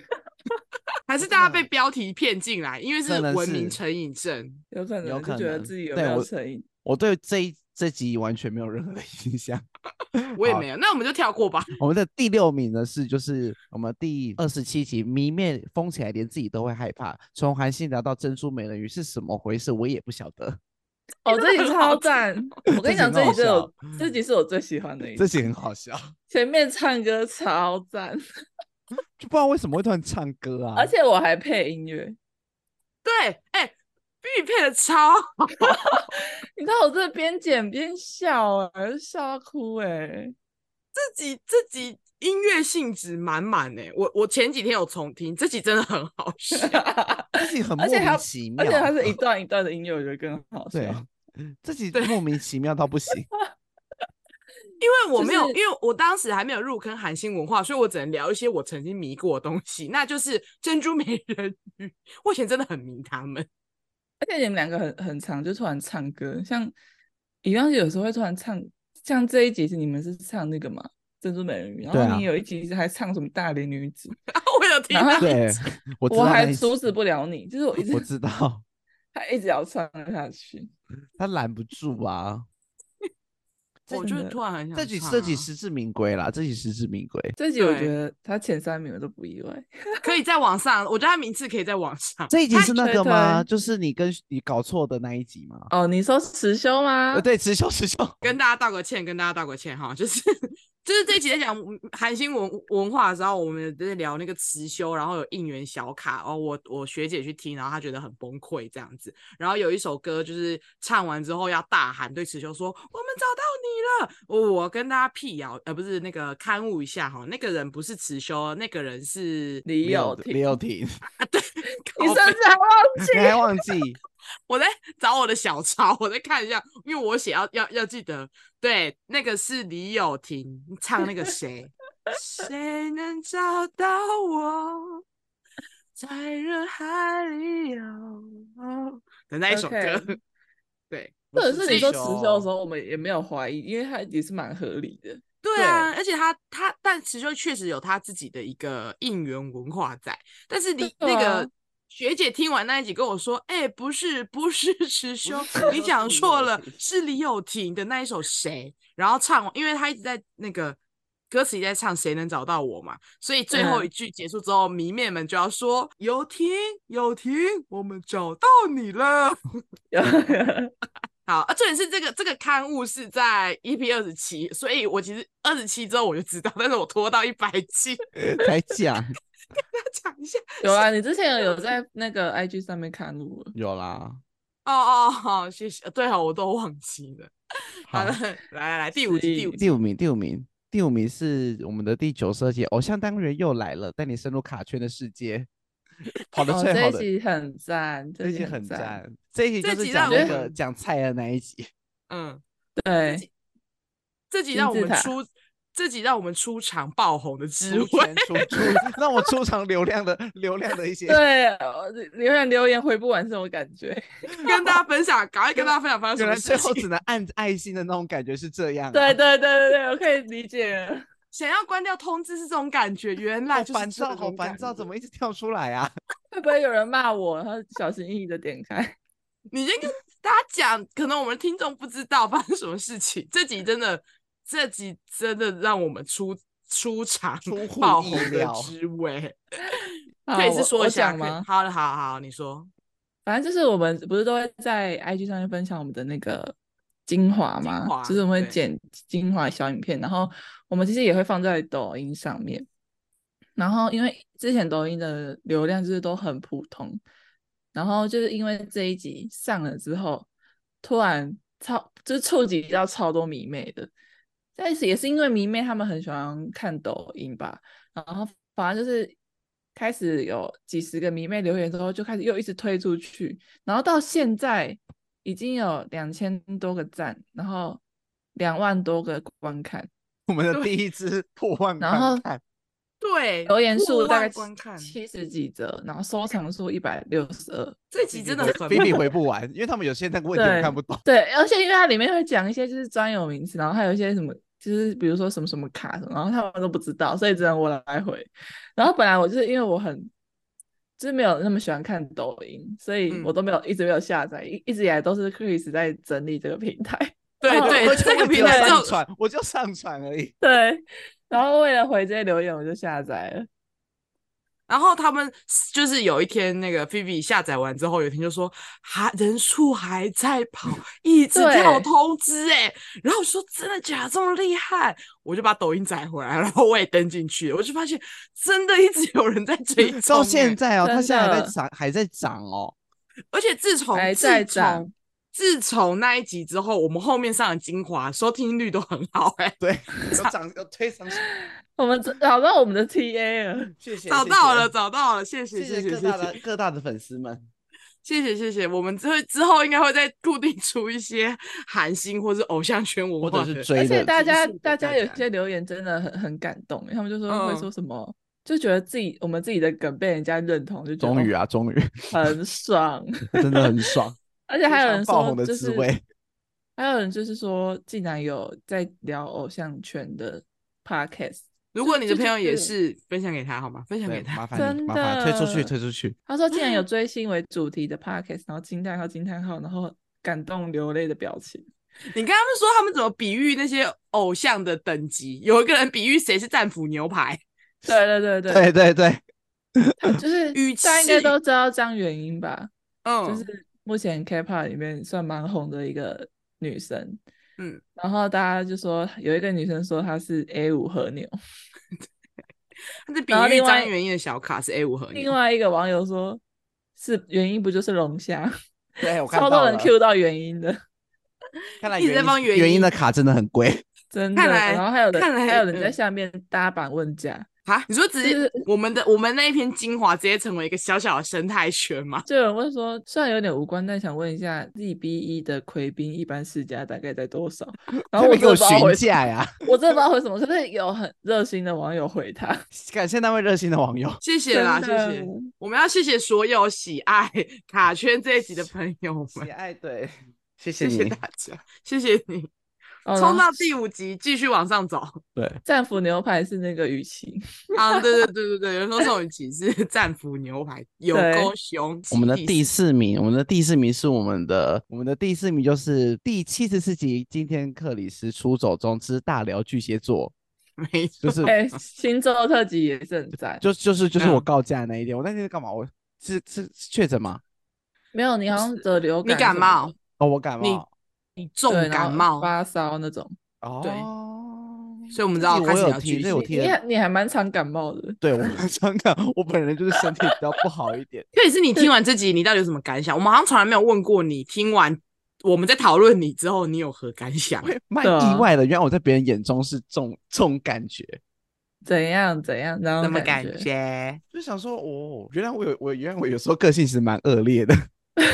Speaker 3: 还是
Speaker 2: 真
Speaker 3: 大家
Speaker 2: 的
Speaker 3: 被标题骗进来，因为是
Speaker 2: 可能
Speaker 3: 文
Speaker 2: 是
Speaker 3: 明成瘾 症。
Speaker 4: 有可能
Speaker 2: 有
Speaker 4: 就
Speaker 2: 可
Speaker 4: 觉得
Speaker 2: 能
Speaker 4: 自己有没
Speaker 2: 对
Speaker 4: 有
Speaker 2: 我
Speaker 4: 成瘾。
Speaker 2: 我对这一这集完全没有任何的印象。
Speaker 3: 我也
Speaker 2: 好
Speaker 3: 没有，那我们就跳过吧。
Speaker 2: 我们的第六名呢是就是我们第二十七集《迷妹疯起来连自己都会害怕》，从韩信聊到珍珠美人鱼是什么回事，我也不晓得。
Speaker 4: 哦，这集
Speaker 3: 很好
Speaker 4: 超
Speaker 3: 听
Speaker 4: 赞！我跟你讲，
Speaker 2: 这
Speaker 4: 这
Speaker 2: 集很好
Speaker 4: 集是我这集是我最喜欢的一
Speaker 2: 这
Speaker 4: 集，
Speaker 2: 集很好笑。
Speaker 4: 前面唱歌超赞，
Speaker 2: 就不知道为什么会突然唱歌啊，
Speaker 4: 而且我还配音乐，
Speaker 3: 对，哎、玉佩的超好，
Speaker 4: 你知道我这边剪边笑哎、我就笑到哭哎、
Speaker 3: 自己自己音乐性质满满哎，我我前几天有重听，这集真的很好笑。
Speaker 2: 自己很莫
Speaker 4: 而且
Speaker 2: 名
Speaker 4: 还
Speaker 2: 其妙，啊
Speaker 4: 而且它是一 段一段的音乐，我觉得更好笑。
Speaker 2: 对，自己
Speaker 3: 对
Speaker 2: 莫名其妙到不行。
Speaker 3: 因为我
Speaker 4: 就
Speaker 3: 没有，
Speaker 4: 是
Speaker 3: 因为我当时还没有入坑韩星文化，所以我只能聊一些我曾经迷过的东西，那就是珍珠美人鱼。我以前真的很迷他们，
Speaker 4: 而且你们两个很很长，就突然唱歌，像一样有时候会突然唱，像这一集是你们是唱那个嘛《珍珠美人鱼》，
Speaker 2: 对
Speaker 4: 然后
Speaker 2: 啊
Speaker 4: 你有一集是还唱什么大龄女子，
Speaker 3: 我有听
Speaker 4: 然后
Speaker 3: 到。
Speaker 2: 啊 对，我知
Speaker 4: 我
Speaker 2: 道那
Speaker 4: 还
Speaker 2: 一
Speaker 4: 阻
Speaker 2: 集
Speaker 4: 止不了你，就是我一
Speaker 2: 我
Speaker 4: 直
Speaker 2: 知道
Speaker 4: 他一直要唱下去。
Speaker 2: 他拦不住啊。
Speaker 3: 我就
Speaker 4: 真的
Speaker 3: 突然很想、啊
Speaker 2: 这集这
Speaker 4: 啊
Speaker 2: 集，实至名归啦，这集实至名归。
Speaker 4: 这集我
Speaker 3: 对
Speaker 4: 觉得他前三名我都不意外，
Speaker 3: 可以在网上，我觉得他名次可以在网上。
Speaker 2: 这一集
Speaker 3: 他
Speaker 2: 是那
Speaker 4: 对
Speaker 2: 个吗？
Speaker 4: 对
Speaker 2: 就是你跟你搞错的那一集吗？
Speaker 4: 哦，你说辞修吗？
Speaker 2: 呃，对，直修直修，
Speaker 3: 跟大家道个歉，跟大家道个歉哈，就是 就是这一集在讲嗯韩星文文化的时候，我们在聊那个辞修，然后有应援小卡，哦，我我学姐去听，然后她觉得很崩溃这样子，然后有一首歌就是唱完之后要大喊对辞修说：“我们找到你了！”哦我跟大家辟谣，呃，不是那个刊物一下哈，那个人不是辞修，那个人是
Speaker 4: 李友
Speaker 2: 李
Speaker 4: 廷，
Speaker 2: 友廷，
Speaker 4: 你
Speaker 3: 靠
Speaker 4: 甚至还忘
Speaker 2: 你
Speaker 4: 记
Speaker 2: 还忘记？
Speaker 3: 我在 找我的小抄，我在看一下，因为我写要要要记得，对，那个是李友廷唱那个谁，谁能找到我，在人海里游的那一首歌
Speaker 4: OK
Speaker 3: 对
Speaker 4: 或者是你说
Speaker 2: 直
Speaker 4: 辞
Speaker 3: 哦
Speaker 4: 修的时候，我们也没有怀疑，因为他也是蛮合理 的。
Speaker 3: 对啊，而且他他但池修确实有他自己的一个应援文化在，但是你、
Speaker 4: 对
Speaker 3: 那
Speaker 4: 啊
Speaker 3: 个。学姐听完那一集跟我说：“哎、不是，不是池修，
Speaker 2: 池
Speaker 3: 你
Speaker 2: 修
Speaker 3: 讲
Speaker 2: 是
Speaker 3: 错
Speaker 2: 李友
Speaker 3: 了
Speaker 2: 廷，
Speaker 3: 是李友廷的那一首谁？”然后唱完，因为他一直在那个歌词一直在唱“谁能找到我”嘛，所以最后
Speaker 4: 嗯
Speaker 3: 一句结束之后，迷妹们就要说：“友廷，友廷，我们找到你了。” 好，啊，重点是这个这个刊物是在 EP 二十七，所以我其实二十七之后我就知道，但是我拖到一百七，
Speaker 2: 才讲
Speaker 3: 跟大家 讲一下。
Speaker 4: 有啊，你之前有在那个 IG 上面看录了。
Speaker 2: 有啦。
Speaker 3: 哦哦，好，谢谢。对哦，我都忘记了。好
Speaker 2: 好
Speaker 3: 了，，来来来，第五集，第五集，
Speaker 2: 第五名，第五名，第五名是我们的第九十二集《偶像单元又来了》，带你深入卡圈的世 界。跑的
Speaker 4: 哦，
Speaker 2: 最
Speaker 4: 这
Speaker 2: 好
Speaker 4: 一
Speaker 2: 的，
Speaker 4: 集很赞，
Speaker 2: 这一集很
Speaker 4: 很。
Speaker 2: 赞，这一集
Speaker 3: 这
Speaker 2: 就是
Speaker 3: 集
Speaker 2: 讲
Speaker 3: 让
Speaker 2: 那
Speaker 4: 我
Speaker 2: 个讲菜的那一集。
Speaker 3: 嗯，
Speaker 4: 对，
Speaker 3: 这集
Speaker 4: 金
Speaker 3: 让我
Speaker 4: 字
Speaker 3: 们
Speaker 4: 塔
Speaker 3: 出，这集让我们出场爆红的智
Speaker 2: 出
Speaker 3: 慧。
Speaker 2: 圈出 出，让我出场流量的流量的一 些
Speaker 4: 对，我留言留言回不完这种感 觉。
Speaker 3: 跟大家分享，赶快跟大家分享发生
Speaker 2: 原
Speaker 3: 什
Speaker 2: 来最
Speaker 3: 么事
Speaker 2: 后
Speaker 3: 情。
Speaker 2: 只能按爱心的那种感觉是这样、啊。
Speaker 4: 对对对对对，我可以理解了。
Speaker 3: 想要关掉通知是这种感觉，原
Speaker 2: 好
Speaker 3: 来就是
Speaker 2: 烦
Speaker 3: 这
Speaker 2: 躁，好
Speaker 3: 种
Speaker 2: 烦
Speaker 3: 感
Speaker 2: 躁，
Speaker 3: 觉
Speaker 2: 怎么一直跳出来啊？
Speaker 4: 会不会有人骂我？然后小心翼翼的点开。
Speaker 3: 你先跟大家讲，可能我们听众不知道发生什么事情。这集真的，这集真的让我们出出场
Speaker 2: 出乎
Speaker 3: 爆
Speaker 2: 意
Speaker 3: 红的
Speaker 2: 料
Speaker 3: 滋味。
Speaker 4: 好
Speaker 3: 可以是
Speaker 4: 我
Speaker 3: 说
Speaker 4: 我
Speaker 3: 一下
Speaker 4: 讲
Speaker 3: 可以
Speaker 4: 吗？
Speaker 3: 好了，好好，你说
Speaker 4: 反正就是我们不是都会在 IG 上面分享我们的那个精华
Speaker 3: 精
Speaker 4: 吗？
Speaker 3: 华
Speaker 4: 就是我们会
Speaker 3: 对
Speaker 4: 剪精华小影片，然后我们其实也会放在抖音上面。然后因为之前抖音的流量就是都很普通，然后就是因为这一集上了之后，突然超就是触及到超多迷妹的，但是也是因为迷妹他们很喜欢看抖音吧，然后反正就是开始有几十个迷妹留言之后，就开始又一直推出去，然后到现在已经有两千多个赞，然后两万多个观看，
Speaker 2: 我们的第一支破万
Speaker 4: 然后
Speaker 2: 观看，
Speaker 3: 对
Speaker 4: 留言
Speaker 3: 破
Speaker 4: 数大
Speaker 3: 万
Speaker 4: 概
Speaker 3: 观看
Speaker 4: 七十几则，然后收藏数一百六十二。
Speaker 3: 这集真的很
Speaker 2: 菲比回不完，因为他们有些那个问题我
Speaker 4: 对
Speaker 2: 看不懂。
Speaker 4: 对，而且因为它里面会讲一些就是专有名词，然后还有一些什么，就是比如说什么什么卡什么，然后他们都不知道，所以只能我来回。然后本来我就是因为我很就是没有那么喜欢看抖音，所以我
Speaker 3: 嗯
Speaker 4: 都没有、一直没有下载，一一直以来都是 Chris 在整理这个平台。
Speaker 3: 对
Speaker 4: 哦
Speaker 3: 对，
Speaker 2: 而且
Speaker 3: 这
Speaker 2: 我
Speaker 3: 个
Speaker 2: 只
Speaker 3: 平
Speaker 2: 有
Speaker 3: 台
Speaker 2: 上
Speaker 3: 就
Speaker 2: 传，我就 上传而已。
Speaker 4: 对，然后为了回这些留言，我就下载了。
Speaker 3: 然后他们就是有一天，那个 Vivi 下载完之后，有一天就说还人数还在跑，一直跳
Speaker 4: 对
Speaker 3: 通知哎、然后我说真的假的这么厉害？我就把抖音载回来，然后我也登进去了，我就发现真的一直有人在追踪、
Speaker 2: 到现
Speaker 3: 在。
Speaker 2: 在哦，它
Speaker 4: 真
Speaker 2: 现在还在
Speaker 4: 的
Speaker 2: 涨，还在涨哦。
Speaker 3: 而且自从
Speaker 4: 还
Speaker 3: 自
Speaker 4: 在
Speaker 3: 从
Speaker 4: 涨
Speaker 3: 自从那一集之后，我们后面上的精华收听率都很好哎、
Speaker 2: 对，有涨有推上去，
Speaker 4: 我们找到我们的 TA 了，
Speaker 2: 谢谢，
Speaker 3: 找
Speaker 2: 谢
Speaker 3: 到
Speaker 2: 谢
Speaker 3: 了，，找到了，谢谢
Speaker 2: 谢
Speaker 3: 谢
Speaker 2: 谢
Speaker 3: 谢
Speaker 2: 各
Speaker 3: 谢
Speaker 2: 大
Speaker 3: 谢
Speaker 2: 的各大的粉丝们。
Speaker 3: 谢谢谢谢，我们之后之后应该会再固定出一些韩星或是偶像圈文
Speaker 2: 或
Speaker 3: 化
Speaker 2: 者
Speaker 3: 的，
Speaker 2: 是
Speaker 4: 而
Speaker 2: 追
Speaker 4: 且
Speaker 2: 的，
Speaker 4: 大
Speaker 3: 指
Speaker 4: 家
Speaker 3: 数给
Speaker 4: 大
Speaker 3: 大
Speaker 4: 家有
Speaker 3: 家
Speaker 4: 些留言真的很很感动，欸他们就说会
Speaker 3: 嗯
Speaker 4: 说什么，就觉得自己我们自己的梗被人家认同，就觉得
Speaker 2: 终于
Speaker 4: 哦
Speaker 2: 啊，终于，
Speaker 4: 很爽。
Speaker 2: 真的很爽。
Speaker 4: 而且还有
Speaker 2: 尝
Speaker 4: 人
Speaker 2: 爆
Speaker 4: 说
Speaker 2: 红的
Speaker 4: 就
Speaker 2: 滋
Speaker 4: 是
Speaker 2: 味
Speaker 4: 还有人就是说，竟然有在聊偶像圈的 podcast，
Speaker 3: 如果你的
Speaker 4: 就
Speaker 3: 朋
Speaker 4: 就
Speaker 3: 友也
Speaker 4: 是
Speaker 3: 是，分享给他好吗？分享
Speaker 2: 对
Speaker 3: 给，他。
Speaker 2: 麻烦你，
Speaker 4: 真
Speaker 2: 麻烦推出去，
Speaker 4: 的
Speaker 2: 推出去。
Speaker 4: 他说竟
Speaker 2: 啊
Speaker 4: 然有追星为主题的 podcast，然后惊叹号惊叹号，然后感动流泪的表 情。
Speaker 3: 你跟他们说他们怎么比喻那些偶像的等级，有一个人比喻谁是战斧牛排，
Speaker 4: 对对对对，
Speaker 2: 对对对，
Speaker 4: 他就是
Speaker 3: 语
Speaker 4: 大家应该
Speaker 3: 气
Speaker 4: 都知道张元英吧？
Speaker 3: 嗯，
Speaker 4: 就是目前 K-pop 里面算蛮红的一个女生，
Speaker 3: 嗯，
Speaker 4: 然后大家就说有一个女生说她是 A 五和牛，
Speaker 2: 嗯
Speaker 3: 他在比
Speaker 4: 然后
Speaker 3: 喻
Speaker 4: 另外
Speaker 3: 张元英的小卡是 A 五和
Speaker 4: 另
Speaker 3: 牛，
Speaker 4: 外一个网友说是元英不就是龙虾，
Speaker 2: 对我看
Speaker 4: 超
Speaker 2: 到
Speaker 4: 多人
Speaker 2: 了
Speaker 4: Q 到元英的，
Speaker 2: 看来
Speaker 3: 一直在
Speaker 2: 原因
Speaker 3: 帮原
Speaker 2: 原因
Speaker 3: 因
Speaker 2: 的卡真的很贵，
Speaker 4: 真的。
Speaker 3: 看来
Speaker 4: 然后还有人
Speaker 3: 看来
Speaker 4: 还有人在
Speaker 3: 嗯
Speaker 4: 下面搭板问价，
Speaker 3: 啊，你说直
Speaker 4: 就
Speaker 3: 接
Speaker 4: 是
Speaker 3: 我们的我们那一篇精华直接成为一个小小的生态圈吗？
Speaker 4: 就有人问说，虽然有点无关，但想问一下 ZBE 的葵冰一般市价大概在多少？ 然
Speaker 2: 他
Speaker 4: 后我
Speaker 2: 们
Speaker 4: 真
Speaker 2: 给我
Speaker 4: 的不知道回
Speaker 2: 询价呀！
Speaker 4: 我真的不知道回什么，可是有很热心的网友回他，
Speaker 2: 感谢那位热心的网友，
Speaker 3: 谢谢啦，谢
Speaker 4: 真的哦
Speaker 3: 谢，我们要谢谢所有喜爱卡圈这一集的朋友们，
Speaker 2: 爱对， 谢谢
Speaker 3: 谢谢
Speaker 2: 你
Speaker 3: 大。家，谢谢你，
Speaker 4: 哦然
Speaker 3: 冲
Speaker 4: 后
Speaker 3: 到第五集继续往上走
Speaker 2: 对，
Speaker 4: 战斧牛排是那个雨 晴，
Speaker 3: 啊！对对对对对，有人说宋雨琦是 战斧牛排，有
Speaker 4: 对
Speaker 3: 够熊，
Speaker 2: 我们的
Speaker 3: 气
Speaker 2: 第
Speaker 3: 死
Speaker 2: 四名，我们的第四名是我们的，我们的第四名就是第七十四集《今天克里斯出走中之大聊巨蟹座
Speaker 3: 没》，
Speaker 2: 就
Speaker 3: 错，
Speaker 2: 是
Speaker 4: 哎、星座特辑也是很赞。
Speaker 2: 就就是就是我
Speaker 3: 嗯
Speaker 2: 告假的那一天，我那天是干嘛？我是是是确诊吗？
Speaker 4: 没有，你好像得流
Speaker 3: 你
Speaker 4: 感，
Speaker 3: 感冒，，
Speaker 2: 哦，我感
Speaker 3: 你
Speaker 2: 冒。
Speaker 3: 你重
Speaker 4: 对，然
Speaker 3: 感
Speaker 4: 后
Speaker 3: 冒，
Speaker 4: 发烧那种。
Speaker 2: 哦，
Speaker 3: 对所以
Speaker 2: 以
Speaker 3: 我们知道
Speaker 2: 我
Speaker 3: 开始
Speaker 2: 有
Speaker 3: 聊
Speaker 2: 听
Speaker 3: 剧
Speaker 2: 这
Speaker 3: 情。
Speaker 2: 有
Speaker 4: 你
Speaker 2: 听
Speaker 4: 你
Speaker 2: 得
Speaker 4: 还你还蛮常感冒的，
Speaker 2: 对我 很伤感，我本人就是身体比较不好一点
Speaker 3: 可以是你听完这集，你到底有什么感想？我们好像从来没有问过你，听完我们在讨论你之后，你有何感 想？
Speaker 2: 会蛮
Speaker 4: 对啊
Speaker 2: 意外的，原来我在别人眼中是重重感觉，
Speaker 4: 怎样怎样，然后
Speaker 3: 什么
Speaker 4: 感
Speaker 3: 感觉？
Speaker 2: 就想说哦，原来我有我原来我有时候个性其实蛮恶劣的，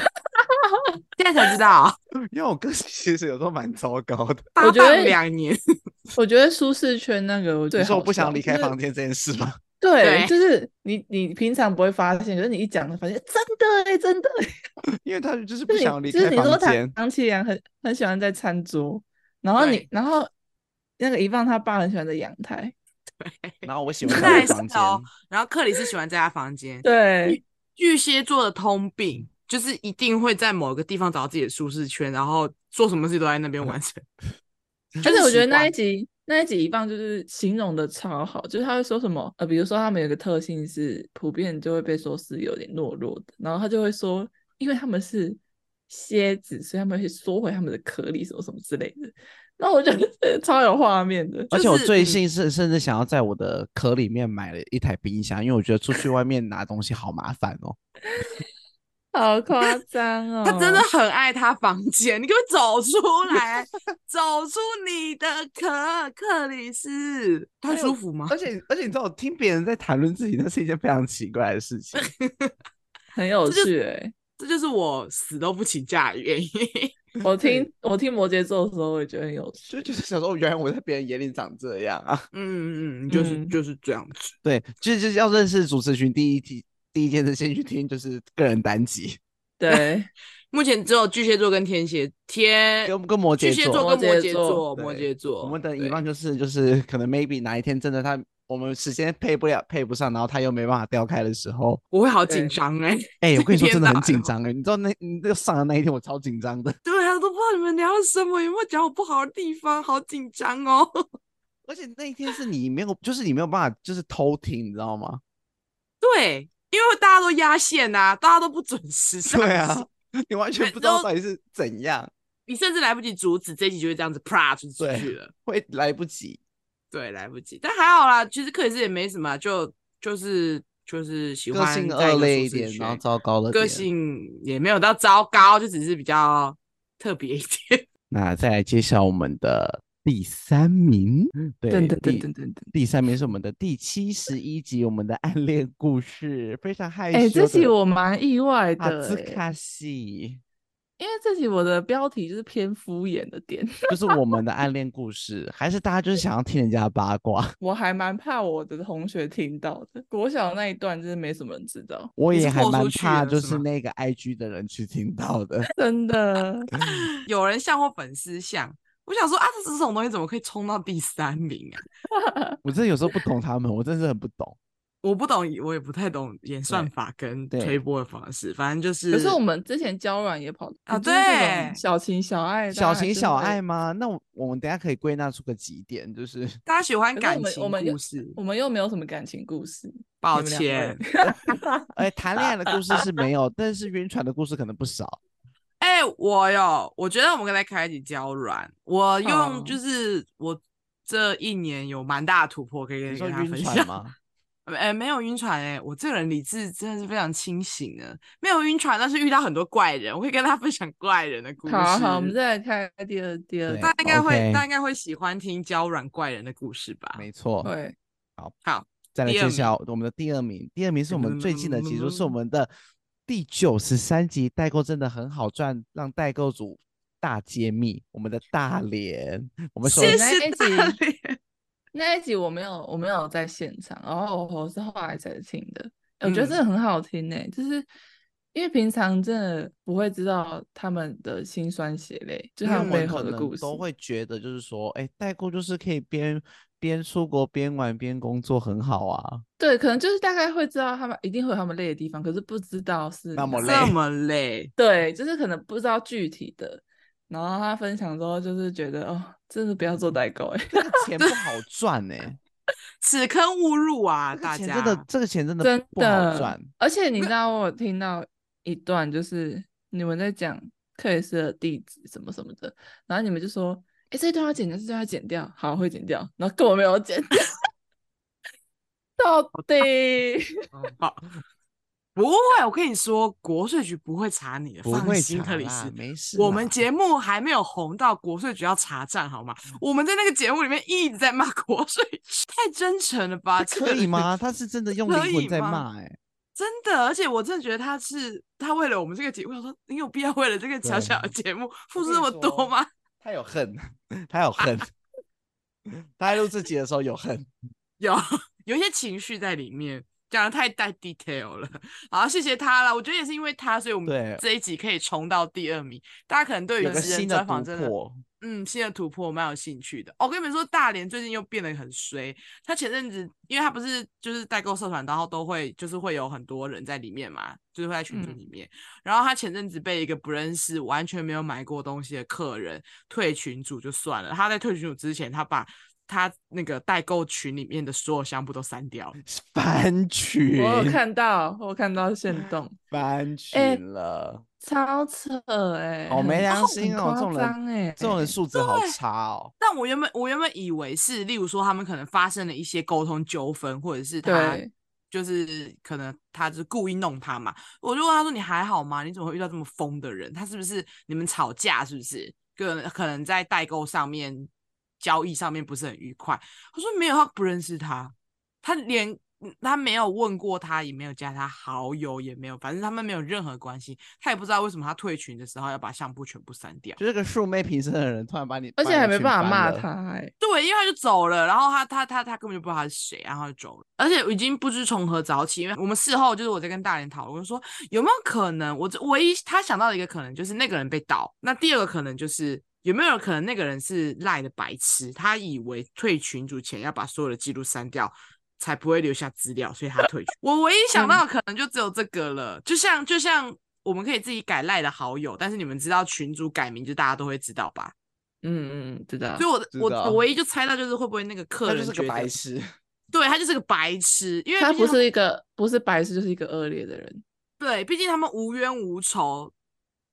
Speaker 3: 现在才知道，
Speaker 2: 因为我个性其实有时候蛮糟糕的。
Speaker 3: 搭
Speaker 4: 我觉得
Speaker 3: 档两年，
Speaker 4: 我觉得舒适圈那个我最
Speaker 2: 你
Speaker 4: 好
Speaker 2: 说我不想
Speaker 4: 笑
Speaker 2: 离开
Speaker 4: 就是
Speaker 2: 房间这件事吗？
Speaker 3: 对
Speaker 4: 对，就是你你平常不会发现，可是你一讲，发现真的哎、真的、欸，
Speaker 2: 因为他就是
Speaker 4: 就
Speaker 2: 不
Speaker 4: 是
Speaker 2: 想
Speaker 4: 你
Speaker 2: 离
Speaker 4: 就是
Speaker 2: 开
Speaker 4: 你说
Speaker 2: 房
Speaker 4: 唐
Speaker 2: 间，
Speaker 4: 唐启阳很很喜欢在餐桌，然后你
Speaker 3: 对
Speaker 4: 然后那个一放他爸很喜欢在阳台，
Speaker 2: 然后我喜欢
Speaker 3: 现在
Speaker 2: 在
Speaker 3: 是
Speaker 2: 房间，
Speaker 3: 哦然后克里斯喜欢在他房间。
Speaker 4: 对，
Speaker 3: 巨蟹座的通病就是一定会在某个地方找到自己的舒适圈，然后做什么事都在那边完 成。
Speaker 4: 而且我觉得那一
Speaker 3: 习
Speaker 4: 集那一集一棒就是形容的超好，就是他会说什么呃，比如说他们有个特性是普遍就会被说是有点懦弱的，然后他就会说，因为他们是蝎子，所以他们会缩回他们的壳里什么什么之类的。然后我觉得超有画面的，
Speaker 2: 而且我
Speaker 3: 就是
Speaker 2: 最
Speaker 3: 嗯
Speaker 2: 近是甚至想要在我的壳里面买了一台冰箱，因为我觉得出去外面拿东西好麻烦哦。
Speaker 4: 好夸张 哦！
Speaker 3: 惯他真的很爱他房间，你给我走出来，走出你的壳，克里斯，他
Speaker 2: 哎呦
Speaker 3: 舒服吗
Speaker 2: 而？且而且你知道，我听别人在谈论自己，那是一件非常奇怪的事情。
Speaker 4: 很有
Speaker 3: 这就
Speaker 4: 趣 哎、
Speaker 3: 这就是我死都不请假的原因。
Speaker 4: 我听我听摩羯座的时候，我也觉得很有
Speaker 2: 就
Speaker 4: 趣。
Speaker 2: 就是想说，哦原来我在别人眼里长这样啊。
Speaker 3: 嗯嗯嗯，就是、
Speaker 4: 嗯
Speaker 3: 就是这样子。
Speaker 2: 对，就是就是要认识主持群，第一题第一件事先去听就是个人单 集，
Speaker 4: 对，
Speaker 3: 目前只有巨蟹座跟天蝎天
Speaker 2: 跟跟摩
Speaker 3: 巨
Speaker 2: 羯
Speaker 3: 蟹
Speaker 2: 座。
Speaker 3: 座跟摩
Speaker 4: 摩羯
Speaker 3: 羯
Speaker 4: 座
Speaker 3: 座，摩
Speaker 2: 对
Speaker 3: 羯座。
Speaker 2: 我们的
Speaker 3: 对
Speaker 2: 遗忘就是就是可能 maybe 哪一天真的他我们时间配不了配不上，然后他又没办法调开的时候，
Speaker 3: 我会好
Speaker 4: 对
Speaker 3: 紧张哎、
Speaker 2: 哎、我跟你 说
Speaker 3: 天
Speaker 2: 真的很
Speaker 3: 哪
Speaker 2: 紧张哎、你知道那你那个上的那一天我超紧张的，
Speaker 3: 对啊，都不知道你们聊了什么，有没有讲我不好的地方，好紧张哦。
Speaker 2: 而且那一天是你没有，就是你没有办法就是偷听，你知道吗？
Speaker 3: 对对，因为大家都压线呐、大家都不准时上
Speaker 2: 对啊
Speaker 3: 线，
Speaker 2: 你完全
Speaker 3: 对
Speaker 2: 不知道
Speaker 3: 都
Speaker 2: 到底是怎样，
Speaker 3: 你甚至来不及阻止，这一集就会这样子啪就出
Speaker 2: 对
Speaker 3: 去了。
Speaker 2: 会来不及。
Speaker 3: 对，来不及，但还好啦，其实克里斯也没什么啊，就就是就是喜
Speaker 2: 个
Speaker 3: 欢
Speaker 2: 性
Speaker 3: 在一
Speaker 2: 恶
Speaker 3: 个
Speaker 2: 劣
Speaker 3: 舒
Speaker 2: 一
Speaker 3: 适
Speaker 2: 点，然后
Speaker 3: 圈
Speaker 2: 糟糕了
Speaker 3: 个
Speaker 2: 点
Speaker 3: 性也没有到糟糕，就只是比较特别一点。
Speaker 2: 那再来揭晓我们的第三名，
Speaker 3: 嗯
Speaker 2: 对，
Speaker 4: 等等等
Speaker 2: 第
Speaker 4: 等等等。
Speaker 2: 第三名是我们的第七十一集，我们的暗恋故事，非常害羞的。
Speaker 4: 哎、这集我蛮意外
Speaker 2: 哈
Speaker 4: 的、
Speaker 2: 兹
Speaker 4: 欸，
Speaker 2: 卡西，
Speaker 4: 因为这集我的标题就是偏敷衍的点，
Speaker 2: 就是我们的暗恋故事，还是大家就是想要听人家的八卦？
Speaker 4: 我还蛮怕我的同学听到的。国小那一段真的没什么人知道，
Speaker 2: 我
Speaker 3: 你
Speaker 2: 也
Speaker 3: 是
Speaker 2: 还
Speaker 3: 豁出
Speaker 2: 蛮
Speaker 3: 去
Speaker 2: 怕，
Speaker 3: 了
Speaker 2: 就是是
Speaker 3: 吗
Speaker 2: 那个 IG 的人去听到的。
Speaker 4: 真的。
Speaker 3: 有人像或粉丝像，我想说啊，这这种东西怎么可以冲到第三名啊？
Speaker 2: 我真的有时候不懂他们，我真的是很不懂。
Speaker 3: 我不懂，我也不太懂演算法跟
Speaker 2: 对
Speaker 3: 推播的方式，反正就是。
Speaker 4: 可是我们之前交软也跑
Speaker 3: 啊
Speaker 4: 就是这
Speaker 3: 对
Speaker 4: 种小情小爱，啊
Speaker 2: 小情小爱
Speaker 4: 嘛。
Speaker 2: 吗？那我我们等一下可以归纳出个几点，就是
Speaker 3: 大家喜欢
Speaker 4: 可是
Speaker 3: 感
Speaker 4: 我们
Speaker 3: 情
Speaker 4: 我们
Speaker 3: 故
Speaker 4: 又
Speaker 3: 事，
Speaker 4: 我们又没有什么感情故事，
Speaker 3: 抱
Speaker 4: 你们两
Speaker 3: 歉
Speaker 4: 位。
Speaker 2: 哎，谈恋爱的故事是没有，但是晕船的故事可能不少。
Speaker 3: 哎、我有，我觉得我们刚才开启娇软，我用
Speaker 4: 哦
Speaker 3: 就是我这一年有蛮大的突破，可以跟
Speaker 2: 你
Speaker 3: 跟
Speaker 2: 说
Speaker 3: 大家分
Speaker 2: 晕
Speaker 3: 享
Speaker 2: 船。吗？
Speaker 3: 哎、没有晕船哎、我这个人理智真的是非常清醒的，没有晕船，但是遇到很多怪人，我会跟大家分享怪人的故事。
Speaker 4: 好好，我们再来看第二第二
Speaker 2: 对
Speaker 3: 大家应该会
Speaker 2: OK
Speaker 3: 大家应该会喜欢听娇软怪人的故事吧？
Speaker 2: 没错。
Speaker 4: 对，
Speaker 3: 好，
Speaker 2: 再来
Speaker 3: 啊第
Speaker 2: 揭
Speaker 3: 二嗯
Speaker 2: 晓我们的第二名，第二名是我们最近的集数，是我
Speaker 3: 噔噔噔噔噔
Speaker 2: 们的第九十三集，代购真的很好赚，让代购组大揭秘我们的大连，我们首
Speaker 3: 谢
Speaker 4: 那
Speaker 3: 谢
Speaker 4: 一
Speaker 3: 大
Speaker 4: 集
Speaker 3: 脸。
Speaker 4: 那一集我没有我没有在现场，然后我是后来才听的，我觉得
Speaker 3: 嗯
Speaker 4: 真的很好听呢、就是因为平常真的不会知道他们的辛酸血泪，就
Speaker 2: 因为我
Speaker 4: 他们背
Speaker 2: 们可
Speaker 4: 后的
Speaker 2: 能
Speaker 4: 故事，
Speaker 2: 都会觉得就是说，哎，代购就是可以边边出国边玩边工作，很好啊。
Speaker 4: 对，可能就是大概会知道他们一定会有他们累的地方，可是不知道是
Speaker 2: 那么
Speaker 4: 哪
Speaker 2: 累
Speaker 3: 这么累，
Speaker 4: 对，就是可能不知道具体的。然后他分享之后，就是觉得哦，真的不要做代购哎、
Speaker 2: 这 个钱不好赚呢、
Speaker 3: 此坑勿入啊！
Speaker 2: 这
Speaker 3: 大
Speaker 2: 个钱
Speaker 3: 家
Speaker 2: 真的，这个钱真的
Speaker 4: 真
Speaker 2: 不好
Speaker 4: 的
Speaker 2: 赚。
Speaker 4: 而且你知道，我有听到一段，就是你们在讲克里斯的地址什么什么的，然后你们就说：“哎、这一段要剪掉，这一段要剪掉，好，会剪掉。”然后根本没有剪掉， 到底
Speaker 3: 嗯好，不会，我跟你说，国税局不会查你的，
Speaker 2: 不
Speaker 3: 放
Speaker 2: 会
Speaker 3: 心，
Speaker 2: 查
Speaker 3: 克里
Speaker 2: 啦
Speaker 3: 斯。
Speaker 2: 没事啦。
Speaker 3: 我们节目还没有红到国税局要查账，好吗？我们在那个节目里面一直在骂国税局，太真诚了吧？这
Speaker 2: 啊可
Speaker 3: 个
Speaker 2: 以
Speaker 3: 人？
Speaker 2: 吗？他是真的用
Speaker 3: 可
Speaker 2: 灵魂
Speaker 3: 以
Speaker 2: 在
Speaker 3: 吗
Speaker 2: 骂、哎，
Speaker 3: 真的，而且我真的觉得他是他为了我们这个节目，我想说你有必要为了这个小小的节目付出
Speaker 2: 跟
Speaker 3: 那
Speaker 2: 你
Speaker 3: 么多
Speaker 2: 说
Speaker 3: 吗？
Speaker 2: 他有恨，他有恨， 他在录自己的时候有恨。
Speaker 3: 有 有一些情绪在里面，讲的太带 detail 了。好，谢谢他了。我觉得也是因为他，所以我
Speaker 2: 对
Speaker 3: 们这一集可以冲到第二名。大家可能对于
Speaker 2: 有个
Speaker 3: 职人
Speaker 2: 新的
Speaker 3: 专访
Speaker 2: 突
Speaker 3: 真的，
Speaker 2: 破
Speaker 3: 嗯，新的突破蛮有兴趣的。哦我跟你们说，大连最近又变得很衰。他前阵子，因为他不是就是代购社团，然后都会就是会有很多人在里面嘛，就是会在群组
Speaker 4: 嗯
Speaker 3: 里面。然后他前阵子被一个不认识、完全没有买过东西的客人退群组就算了，他在退群组之前，他把他那个代购群里面的所有商铺都删掉了。
Speaker 2: 翻
Speaker 4: 我
Speaker 2: 群，
Speaker 4: 有看到，我有看到线动，
Speaker 2: 翻
Speaker 4: 哎
Speaker 2: 群了，
Speaker 4: 超扯哎、
Speaker 2: 好、没
Speaker 4: 很
Speaker 2: 良
Speaker 4: 很
Speaker 2: 心哦！
Speaker 4: 夸
Speaker 2: 这种
Speaker 4: 张
Speaker 2: 人
Speaker 4: 哎，，
Speaker 2: 这种人素质好
Speaker 3: 对
Speaker 2: 差哦。
Speaker 3: 但我原本我原本以为是，例如说他们可能发生了一些沟通纠纷，或者是他
Speaker 4: 对
Speaker 3: 就是可能他是故意弄他嘛。我就问他说：“你还好吗？你怎么会遇到这么疯的人？他是不是你们吵架？是不是？可能可能在代购上面交易上面不是很愉快？”他说：“没有，他不认识他，他连。”嗯他没有问过他，也没有加他好友，也没有，反正他们没有任何关系。他也不知道为什么他退群的时候要把相簿全部删掉。
Speaker 2: 就是个素昧平生的人，突然把你，
Speaker 4: 而且还没办法骂
Speaker 2: 他。
Speaker 4: 他哎、
Speaker 3: 对，因为他就走了，然后他他他他根本就不知道他是谁，然后他就走了，而且已经不知从何找起。因为我们事后就是我在跟大连讨论说，有没有可能，我只唯一他想到的一个可能就是那个人被盗，那第二个可能就是有没有可能那个人是赖的白痴，他以为退群组前要把所有的记录删掉。才不会留下资料，所以他退群。我唯一想到的可能就只有这个了，就像就像我们可以自己改赖的好友，但是你们知道群主改名就大家都会知道吧？
Speaker 4: 嗯嗯，知道
Speaker 3: 所以我的
Speaker 2: 知
Speaker 3: 我
Speaker 2: 道
Speaker 3: 我唯一就猜到就是会不会那个客
Speaker 2: 他就
Speaker 3: 人
Speaker 2: 是
Speaker 3: 觉
Speaker 2: 个
Speaker 3: 得
Speaker 2: 白痴，
Speaker 3: 对他就是个白痴，因为
Speaker 4: 他
Speaker 3: 毕竟
Speaker 4: 不是一个不是白痴，就是一个恶劣的人。
Speaker 3: 对，毕竟他们无冤无仇，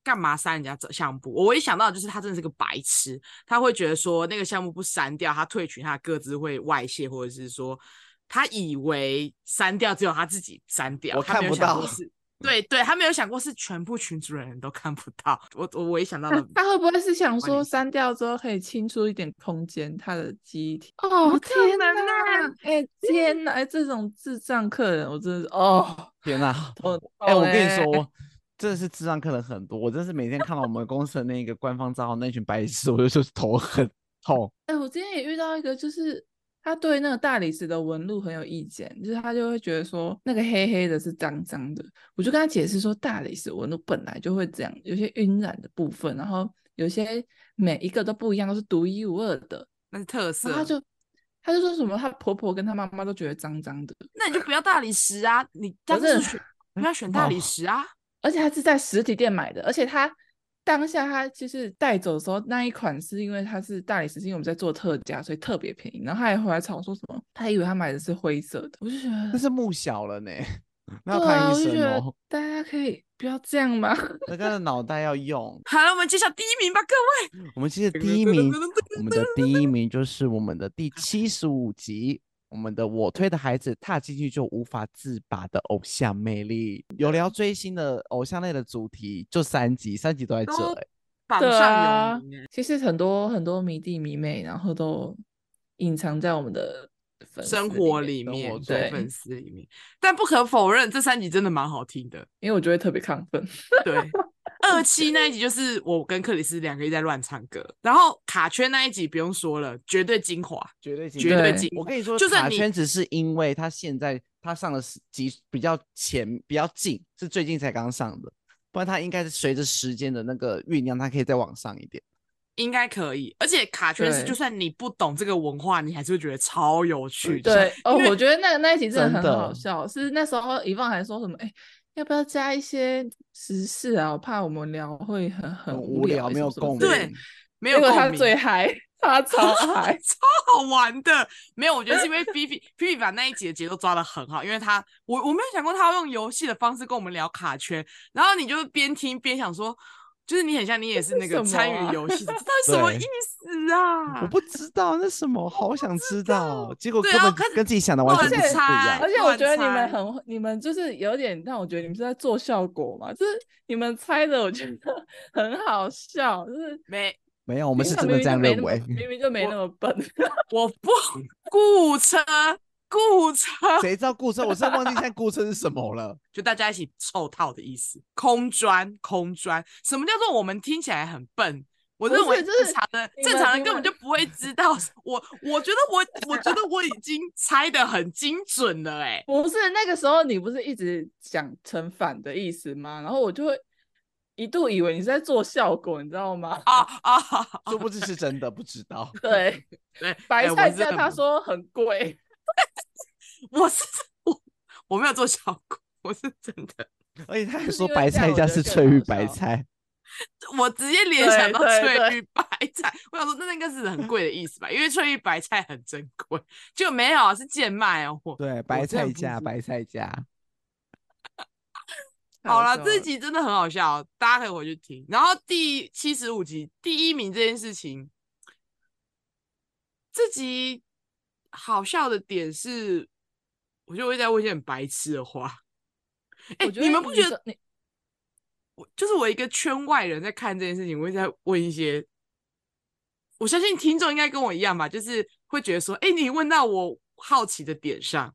Speaker 3: 干嘛删人家这项目？我一想到就是他真的是个白痴，他会觉得说那个项目不删掉，他退群，他各自会外泄，或者是说他以为删掉只有他自己删掉，
Speaker 1: 我
Speaker 3: 他没
Speaker 1: 看
Speaker 3: 有
Speaker 1: 不
Speaker 3: 想过
Speaker 1: 到
Speaker 3: 是。对对，他没有想过是全部群主的人都看不到。我我我一想到
Speaker 4: 他
Speaker 3: 了，
Speaker 4: 他会不会是想
Speaker 3: 关
Speaker 4: 说
Speaker 3: 你事
Speaker 4: 删掉之后可以清出一点空间，他的记忆体？
Speaker 3: 不
Speaker 4: 哦
Speaker 3: 可
Speaker 4: 天
Speaker 3: 能
Speaker 4: 哪
Speaker 3: 啊！
Speaker 4: 哎、天哪！哎、这种智障客人，我真的是 哦，
Speaker 2: 天 哪！
Speaker 4: 头
Speaker 2: 哎、我
Speaker 4: 痛
Speaker 2: 跟你
Speaker 4: 欸
Speaker 2: 说，我真的是智障客人很多，我真是每天看到我们公司的那个官方账号那群白痴，我就就是头很痛。
Speaker 4: 哎、我今天也遇到一个，就是他对那个大理石的纹路很有意见，就是他就会觉得说那个黑黑的是脏脏的。我就跟他解释说，大理石纹路本来就会这样，有些晕染的部分，然后有些每一个都不一样，都是独一无二的。
Speaker 3: 那是特
Speaker 4: 然后他
Speaker 3: 色。
Speaker 4: 就他就说什么，他婆婆跟他妈妈都觉得脏脏的，
Speaker 3: 那你就不要大理石啊，你当
Speaker 4: 是
Speaker 3: 时选不要选大理石啊。
Speaker 4: 而且他是在实体店买的，而且他当下他就是带走的时候那一款是因为它是大理石，是因为我们在做特价，所以特别便宜。然后他还回来吵说什么，他以为他买的是灰色的，我就觉
Speaker 2: 但
Speaker 4: 得，
Speaker 2: 是木小了呢， 那要
Speaker 4: 对啊，
Speaker 2: 看
Speaker 4: 我
Speaker 2: 医
Speaker 4: 就觉
Speaker 2: 生
Speaker 4: 得
Speaker 2: 哦，
Speaker 4: 大家可以不要这样嘛。
Speaker 2: 大家的脑袋要用。
Speaker 3: 好了，我们揭晓第一名吧，各位。
Speaker 2: 我们其实第一名，我们的第一名就是我们的第七十五集，我们的我推的孩子踏进去就无法自拔的偶像魅力。有聊追星的偶像类的主题，就三集，三集都在这、
Speaker 3: 都
Speaker 2: 欸。
Speaker 3: 榜
Speaker 4: 对
Speaker 3: 上
Speaker 4: 啊
Speaker 3: 有名、欸，
Speaker 4: 其实很多很多迷弟迷妹，然后都隐藏在我们的粉丝
Speaker 3: 生活
Speaker 4: 里面，
Speaker 3: 里
Speaker 2: 生
Speaker 3: 面
Speaker 2: 活
Speaker 3: 对
Speaker 4: 中
Speaker 3: 粉丝里面，但不可否认，这三集真的蛮好听的。
Speaker 4: 因为我就会特别亢奋。
Speaker 3: 对，二期那一集就是我跟克里斯两个一直在乱唱歌，然后卡圈那一集不用说了，绝对精华，
Speaker 2: 绝对精
Speaker 3: 绝
Speaker 4: 华
Speaker 3: 对
Speaker 4: 对
Speaker 3: 精华。
Speaker 2: 我跟你说，
Speaker 3: 就算
Speaker 2: 卡
Speaker 3: 你
Speaker 2: 圈只是因为他现在他上的时集比较前比较近，是最近才刚上的，不然他应该是随着时间的那个酝酿，他可以再往上一点。
Speaker 3: 应该可以，而且卡圈是
Speaker 4: 对
Speaker 3: 就算你不懂这个文化，你还是会觉得超有趣的。
Speaker 4: 对哦
Speaker 3: 因为，
Speaker 4: 我觉得那个那一集真的
Speaker 2: 真
Speaker 4: 很好
Speaker 2: 的
Speaker 4: 笑，是那时候一放还说什么，哎，要不要加一些时事啊？我怕我们聊会很很
Speaker 2: 很
Speaker 4: 无
Speaker 2: 无聊没
Speaker 4: 什么
Speaker 2: 有
Speaker 4: 什么
Speaker 2: 共
Speaker 4: 之类
Speaker 3: 鸣
Speaker 4: 的
Speaker 3: 没有
Speaker 4: 结果他
Speaker 3: 共
Speaker 4: 最
Speaker 3: 鸣，
Speaker 4: 嗨，他超嗨，
Speaker 3: 超好玩的。没有，我觉得是 因为菲菲菲菲把那一集的节奏抓的很好，因为他我我没有想过他要用游戏的方式跟我们聊卡圈，然后你就边听边想说。就是你很像，你也是
Speaker 4: 是
Speaker 3: 那个
Speaker 4: 什么
Speaker 3: 参
Speaker 4: 啊
Speaker 3: 与游戏的，这到 底什么
Speaker 2: 对
Speaker 3: 意思啊？
Speaker 2: 我不知道那什么，好想知道，结果
Speaker 3: 对
Speaker 2: 根
Speaker 3: 然后
Speaker 2: 本
Speaker 3: 开始
Speaker 2: 跟自己想的完全
Speaker 4: 乱
Speaker 2: 不是不一
Speaker 3: 猜
Speaker 2: 样
Speaker 4: 而。且我
Speaker 3: 乱
Speaker 4: 觉得你们
Speaker 3: 猜
Speaker 4: 很，你们就是有点让我觉得你们是在做效果嘛，就是你们猜的，我觉得 很好笑，就是
Speaker 3: 没，
Speaker 2: 没嗯有，我
Speaker 4: 我
Speaker 2: 们是真的这样认为。
Speaker 4: 明明就没
Speaker 3: 我
Speaker 4: 那么笨，
Speaker 3: 我 不雇车，雇车，
Speaker 2: 谁知道顾车？我真的忘记现在顾车是什么了。
Speaker 3: 就大家一起凑套的意思。空专，空专，什么叫做我们听起来很笨？我
Speaker 4: 不
Speaker 3: 认为
Speaker 4: 是就
Speaker 3: 正
Speaker 4: 是
Speaker 3: 常的
Speaker 4: 你
Speaker 3: 正
Speaker 4: 们
Speaker 3: 常人
Speaker 4: 你
Speaker 3: 根本
Speaker 4: 们
Speaker 3: 就不会知道。我我觉得我我觉得我已经猜的很精准了、欸，
Speaker 4: 不是那个时候你不是一直讲成反的意思吗？然后我就会一度以为你是在做效果，你知道吗？
Speaker 3: 哎，啊啊，
Speaker 2: 殊不知是真的，不知道。
Speaker 4: 对，
Speaker 3: 对，
Speaker 4: 白
Speaker 3: 哎
Speaker 4: 菜
Speaker 3: 我真
Speaker 4: 价
Speaker 3: 的
Speaker 4: 他说很贵，
Speaker 3: 我是我我没有做效果，我是真的，
Speaker 2: 而且他还
Speaker 4: 就是
Speaker 2: 说
Speaker 4: 因为
Speaker 2: 白
Speaker 4: 这
Speaker 2: 菜
Speaker 4: 样我
Speaker 2: 价
Speaker 4: 觉得
Speaker 2: 是
Speaker 4: 更
Speaker 2: 翠玉
Speaker 4: 好
Speaker 2: 白
Speaker 4: 笑
Speaker 2: 菜，
Speaker 3: 我直接联想
Speaker 4: 对
Speaker 3: 到
Speaker 4: 对
Speaker 3: 翠
Speaker 4: 对
Speaker 3: 玉白菜，我想说那应该是很贵的意思吧，因为翠玉白菜很珍贵，就没有啊是贱卖哦。我
Speaker 2: 对，白
Speaker 3: 真
Speaker 2: 菜
Speaker 3: 的不
Speaker 2: 价，
Speaker 3: 知
Speaker 2: 白菜价。
Speaker 3: 好哦
Speaker 4: 啦
Speaker 3: 了，这集真的很好笑，大家可以回去听。然后第七十五集第一名这件事情，这集好笑的点是，我觉得我一直在问一些很白痴的话。哎、
Speaker 4: 我觉
Speaker 3: 你们不觉
Speaker 4: 说
Speaker 3: 得？
Speaker 4: 你
Speaker 3: 我就是我一个圈外人在看这件事情，我一直在问一些，我相信听众应该跟我一样吧，就是会觉得说，哎、你问到我好奇的点上。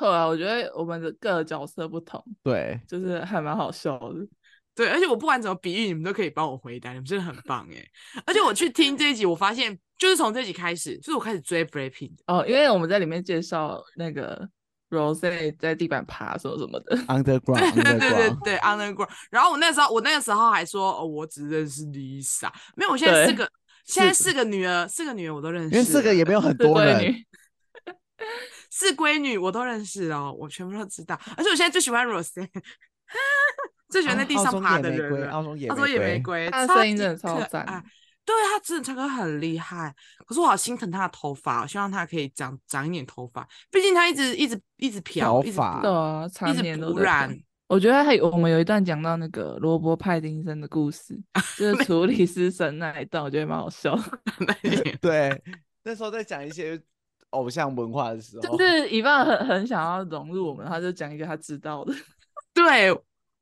Speaker 4: 对啊，我觉得我们的各角色不同，
Speaker 2: 对，
Speaker 4: 就是还蛮好笑的。
Speaker 3: 对，而且我不管怎么比喻，你们都可以帮我回答，你们真的很棒哎！而且我去听这一集，我发现就是从这一集开始，就是我开始追 Breaking 的。
Speaker 4: 哦，因为我们在里面介绍那个 Rose 在地板爬什么什么的，
Speaker 3: 对对对对
Speaker 2: underground，underground，
Speaker 3: 对，Underground。然后我那时候，我那个时候还说，哦，我只认识 Lisa，没有，我现在四
Speaker 4: 对
Speaker 3: 个，现在
Speaker 2: 是
Speaker 3: 四个女儿，四个女儿我都认
Speaker 2: 因
Speaker 3: 识，
Speaker 2: 为四个也没有很
Speaker 4: 是
Speaker 2: 多
Speaker 4: 闺
Speaker 2: 人。
Speaker 4: 女。
Speaker 3: 四闺女我都认识哦，我全部都知道。而且我现在最喜欢 Rose，最喜欢在地
Speaker 2: 澳
Speaker 3: 上
Speaker 2: 中
Speaker 3: 爬
Speaker 2: 野
Speaker 3: 的
Speaker 2: 玫
Speaker 3: 人
Speaker 2: 瑰，
Speaker 3: 了。
Speaker 2: 哦澳洲野
Speaker 3: 澳洲野玫
Speaker 2: 玫瑰，
Speaker 3: 瑰，
Speaker 4: 她的
Speaker 3: 超
Speaker 4: 声音
Speaker 3: 级
Speaker 4: 真的超
Speaker 3: 可
Speaker 4: 赞
Speaker 3: 爱对他真的唱歌很厉害，可是我好心疼他的头发哦，希望他可以长长一点头发，毕竟他一直一直一直
Speaker 2: 漂
Speaker 3: 漂，一直
Speaker 2: 发
Speaker 4: 对
Speaker 3: 不
Speaker 4: 啊，常
Speaker 3: 一直
Speaker 4: 年都
Speaker 3: 不
Speaker 4: 在
Speaker 3: 染
Speaker 4: 讲。我觉得还有我们有一段讲到那个罗伯·派丁森的故事，
Speaker 3: 啊
Speaker 4: 就是处理师神那一段，我觉得蛮好笑的。
Speaker 2: 对，那时候在讲一些偶像文化的时
Speaker 3: 哦
Speaker 2: 候，
Speaker 4: 就是伊万很很想要融入我们，他就讲一个他知道的。
Speaker 3: 对，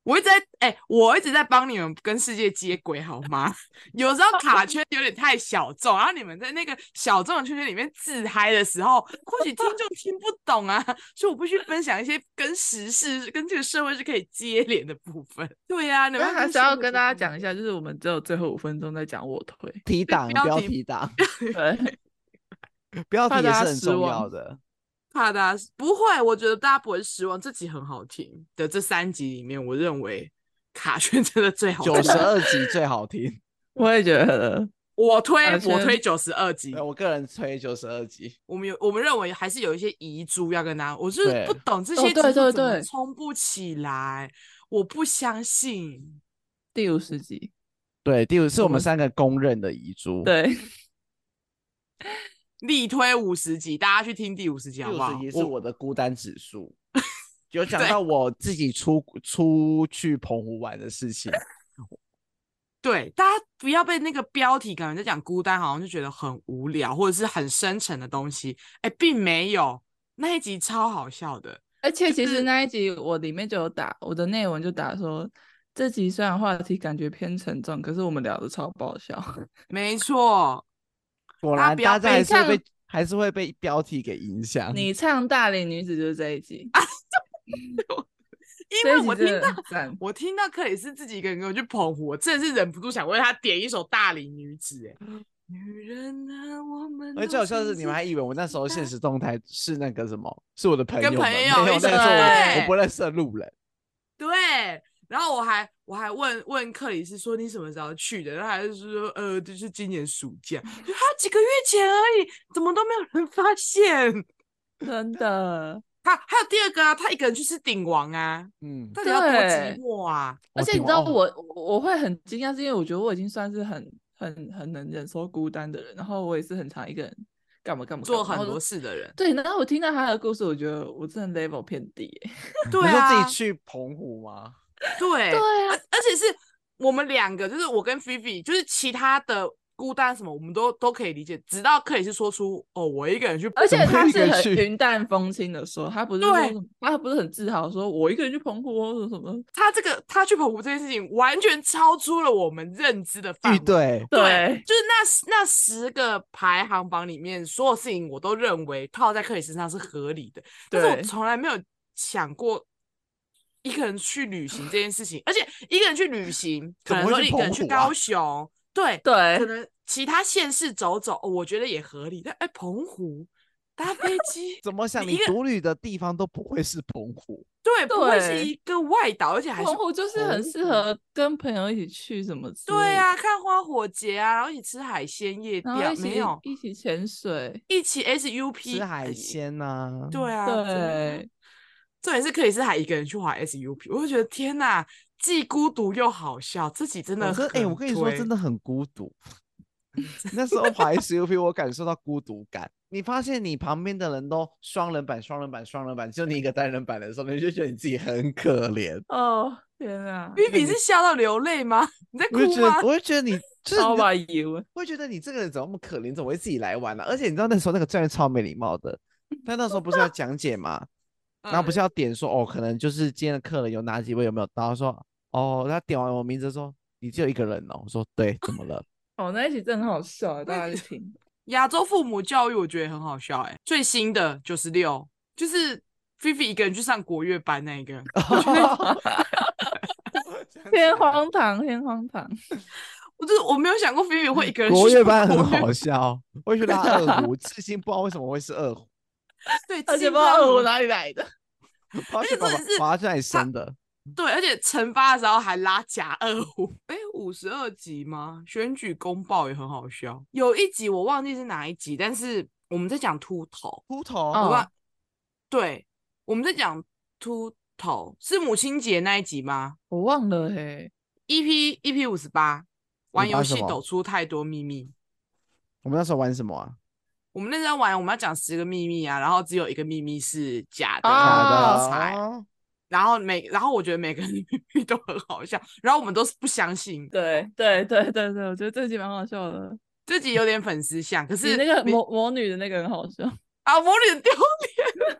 Speaker 3: 我一直在哎、我一直在帮你们跟世界接轨，好吗？ 有时候卡圈有点太小众，然后你们在那个小众的圈圈里面自嗨的时候，或许听众听不懂啊，所以我必须分享一些跟时事、跟这个社会是可以接连的部分。 对呀、你们
Speaker 4: 但还是
Speaker 3: 社
Speaker 4: 要
Speaker 3: 会
Speaker 4: 跟
Speaker 3: 接
Speaker 4: 大家
Speaker 3: 轨
Speaker 4: 讲一下，就是我们只有最后五分钟在讲卧推，呃
Speaker 2: 提档
Speaker 3: 标
Speaker 2: 标
Speaker 3: 题
Speaker 2: 题档，
Speaker 4: 对，
Speaker 2: 标题
Speaker 4: 怕
Speaker 2: 也
Speaker 4: 大
Speaker 2: 是
Speaker 4: 家
Speaker 2: 很
Speaker 4: 失
Speaker 2: 重
Speaker 4: 望
Speaker 2: 要的。
Speaker 3: 怕大家不会，我觉得大家不会失望。这集很好听的，这三集里面，我认为卡圈真的最好
Speaker 2: 九十
Speaker 3: 听。
Speaker 2: 二集最好听，
Speaker 4: 我也觉得。
Speaker 3: 我推
Speaker 4: 卡
Speaker 3: 我
Speaker 4: 圈
Speaker 3: 推九十二集
Speaker 2: 呃，我个人吹九十二集。
Speaker 3: 我们有我们认为还是有一些遗珠要跟大家，我就是
Speaker 2: 对
Speaker 3: 不懂这
Speaker 4: 哦
Speaker 3: 些
Speaker 4: 对
Speaker 3: 制作
Speaker 4: 对
Speaker 3: 怎么
Speaker 4: 对
Speaker 3: 冲不起来，我不相信。
Speaker 4: 第五十集，
Speaker 2: 对，第五是我
Speaker 4: 我
Speaker 2: 们
Speaker 4: 们
Speaker 2: 三个公认的遗
Speaker 3: 哦
Speaker 2: 珠。，
Speaker 4: 对，
Speaker 3: 力推五十集，大家去听第五十集
Speaker 2: 第
Speaker 3: 好
Speaker 2: 五
Speaker 3: 不好
Speaker 2: 十？集是
Speaker 3: 我
Speaker 2: 我的孤单指 数，有讲
Speaker 3: 对
Speaker 2: 到我自己出出去澎湖玩的事 情。
Speaker 3: 对大家不要被那个标题感觉在讲孤单，好像就觉得很无聊或者是很深沉的东西，哎，并没有那一集超好笑的。
Speaker 4: 而且其
Speaker 3: 是
Speaker 4: 实那一集我里面就有打我的内文就打说，这集虽然话题感觉偏沉重，可是我们聊的超爆笑。
Speaker 3: 啊没错，
Speaker 2: 果
Speaker 3: 大家
Speaker 2: 然，
Speaker 3: 不要
Speaker 2: 大家还
Speaker 3: 被
Speaker 2: 是会
Speaker 4: 像
Speaker 2: 被还是会被标题给影响。
Speaker 4: 你唱大龄女子就是这一集，
Speaker 3: 啊因
Speaker 4: 这
Speaker 3: 为
Speaker 4: 一集
Speaker 3: 我
Speaker 4: 真
Speaker 3: 听
Speaker 4: 的
Speaker 3: 到
Speaker 4: 很赞，
Speaker 3: 我听到克里斯自己一个人跟我去澎湖，我真的是忍不住想为他点一首《大龄女子》哎。女人啊，我们
Speaker 2: 而且最嗯哎
Speaker 3: 都
Speaker 2: 好笑的是，
Speaker 3: 曾
Speaker 2: 你们还
Speaker 3: 经
Speaker 2: 以为我那时候现
Speaker 3: 大
Speaker 2: 实动态是那个什么，是我的朋友
Speaker 3: 跟
Speaker 2: 们，
Speaker 3: 朋
Speaker 2: 没
Speaker 3: 友
Speaker 2: 有那
Speaker 3: 一起
Speaker 2: 个时候我
Speaker 3: 对
Speaker 2: 我不认识的路人。
Speaker 3: 对，然后我还我还问问克里斯说你什么时候去的，然后还是说呃就是今年暑 假，就他几个月前而已，怎么都没有人发现。
Speaker 4: 真的。
Speaker 3: 他还有第二个啊，他一个人去吃鼎王啊，
Speaker 2: 嗯，
Speaker 3: 到底要多寂
Speaker 4: 对
Speaker 3: 寞啊？
Speaker 4: 而
Speaker 2: 哦
Speaker 4: 且你
Speaker 2: 顶
Speaker 4: 知道
Speaker 2: 哦
Speaker 4: 我我我会很惊讶，是因为我觉得我已经算是很很很能忍受孤单的人，然后我也是很常一个人干嘛干嘛
Speaker 3: 做
Speaker 4: 干嘛
Speaker 3: 很
Speaker 4: 然后
Speaker 3: 多
Speaker 4: 我就
Speaker 3: 事的人，
Speaker 4: 对，然后我听到他的故事，我觉得我真的 level 偏低耶、
Speaker 3: 对
Speaker 2: 你说
Speaker 3: 啊
Speaker 2: 自己，去澎湖吗？
Speaker 3: 对
Speaker 4: 对啊
Speaker 3: 而，而且是我们两个，就是我跟菲菲，就是其他的孤单什么，我们都都可以理解，直到克里斯说出哦，我一个人去澎湖，
Speaker 4: 而且
Speaker 2: 么
Speaker 4: 他
Speaker 2: 一个
Speaker 4: 是
Speaker 2: 人
Speaker 4: 很
Speaker 2: 去
Speaker 4: 云淡风轻的说，他不是说
Speaker 3: 对
Speaker 4: 什么他不是很自豪说，我一个人去澎湖哦什么什么，
Speaker 3: 他这个他去澎湖这件事情，完全超出了我们认知的范
Speaker 2: 对
Speaker 3: 围。
Speaker 2: 对，
Speaker 4: 对
Speaker 3: 就是那十那十个排行榜里面，所有事情我都认为套在克里斯身上是合理的，但是我
Speaker 4: 对
Speaker 3: 从来没有想过一个人去旅行这件事情，而且一个人去旅行，可
Speaker 2: 怎么会
Speaker 3: 能说
Speaker 2: 去
Speaker 3: 一个人
Speaker 2: 澎
Speaker 3: 去
Speaker 2: 湖啊
Speaker 3: 高雄，对，可
Speaker 2: 哎
Speaker 4: 对，
Speaker 3: 能其他县市走走，哦我觉得也合理。但哎，澎湖搭飞机，
Speaker 2: 怎么想
Speaker 3: 你
Speaker 2: 你
Speaker 3: 一个
Speaker 2: 独旅的地方都不会是澎湖，
Speaker 3: 对，不会是
Speaker 4: 对
Speaker 3: 一个外岛，而且还是
Speaker 4: 澎湖就是很适
Speaker 3: 澎湖
Speaker 4: 合跟朋友一起去什么之类的，
Speaker 3: 对啊，看花火节啊，然后一起吃海鲜夜
Speaker 4: 然后
Speaker 3: 店，
Speaker 4: 一
Speaker 3: 没
Speaker 4: 起
Speaker 3: 有
Speaker 4: 一起潜水，
Speaker 3: 一起 SUP
Speaker 2: 吃海
Speaker 3: 呃。
Speaker 2: 鲜呐、啊。
Speaker 3: 对啊，真的
Speaker 4: 对，
Speaker 3: 重点是克里斯还一个人去滑 SUP，我就觉得天呐，既孤独又好笑，自己真的
Speaker 2: 我
Speaker 3: 很
Speaker 2: 真哎、我跟你说，真
Speaker 3: 的
Speaker 2: 的很孤独。那时候爬 SUP，我感受到孤独感。你发现你旁边的人都双人版、双人版、双人版，就你一个单人版的时候，你就觉得你自己很可怜。
Speaker 4: 哦天啊，
Speaker 3: 比比是笑到流泪吗？ 你在哭
Speaker 2: 哎我就觉得
Speaker 3: 吗，？
Speaker 2: 我就觉 得你就是
Speaker 4: 超
Speaker 2: 你
Speaker 4: 吧油，
Speaker 2: 会觉得你这个人怎么那么可怜，怎么会自己来玩呢、啊而且你知道那时候那个教练超没礼貌 的，他那时候不是要讲解嘛，然后不
Speaker 3: 嗯
Speaker 2: 是要点说哦，可能就是今天的客人有哪几位有没有到，他说哦，他点完我名字说你只有一个人哦，我说对，怎么了？
Speaker 4: 哦那一集真的很好笑啊，大家 去听。
Speaker 3: 亚洲父母教育我觉得也很好笑、哎，最新的九十六就是 Fifi 一个人去上国乐班那一个，
Speaker 4: 天荒唐，天荒唐，
Speaker 3: 我就是我没有想过 Fifi 会一个人去
Speaker 2: 国乐
Speaker 3: 上
Speaker 2: 班很
Speaker 3: 国乐
Speaker 2: 好笑，我也觉得他二胡，至今不知道为什么会是二胡，
Speaker 3: 对，
Speaker 4: 而且
Speaker 3: 进
Speaker 4: 不知道
Speaker 3: 到
Speaker 4: 二
Speaker 3: 我
Speaker 4: 胡哪里来的，
Speaker 2: 不知道
Speaker 3: 而
Speaker 2: 是
Speaker 3: 且
Speaker 2: 爸爸
Speaker 3: 哎重点是
Speaker 2: 爸爸在
Speaker 3: 他
Speaker 2: 生的，
Speaker 3: 对，而且惩罚的时候还拉假二胡。哎，五 十二集吗？选举公报也很好笑。有一集我忘记是哪一集，但是我们在讲秃头，
Speaker 2: 秃头，
Speaker 4: 哦
Speaker 3: 吧？对，我们在讲秃头，是母亲节那一集吗
Speaker 4: 我忘了嘿。欸
Speaker 3: ，E ？EP EP 五十八，玩游
Speaker 2: 玩什
Speaker 3: 戏
Speaker 2: 么
Speaker 3: 抖出太多秘密。
Speaker 2: 我们那时候玩什么啊？
Speaker 3: 我们那时候玩，我们要讲十个秘密啊，然后只有一个秘密是哦假的，
Speaker 4: 啊
Speaker 3: 然后
Speaker 2: 假
Speaker 3: 才
Speaker 2: 的哦，
Speaker 3: 然后每然后我觉得每个人的秘密都很好笑，然后我们都是不相信，
Speaker 4: 对对对对对，我觉得这集蛮好笑的。
Speaker 3: 自己有点粉丝像，可
Speaker 4: 你
Speaker 3: 是
Speaker 4: 那个
Speaker 3: 没
Speaker 4: 魔魔女的那个很好笑，
Speaker 3: 啊，魔女很丢脸，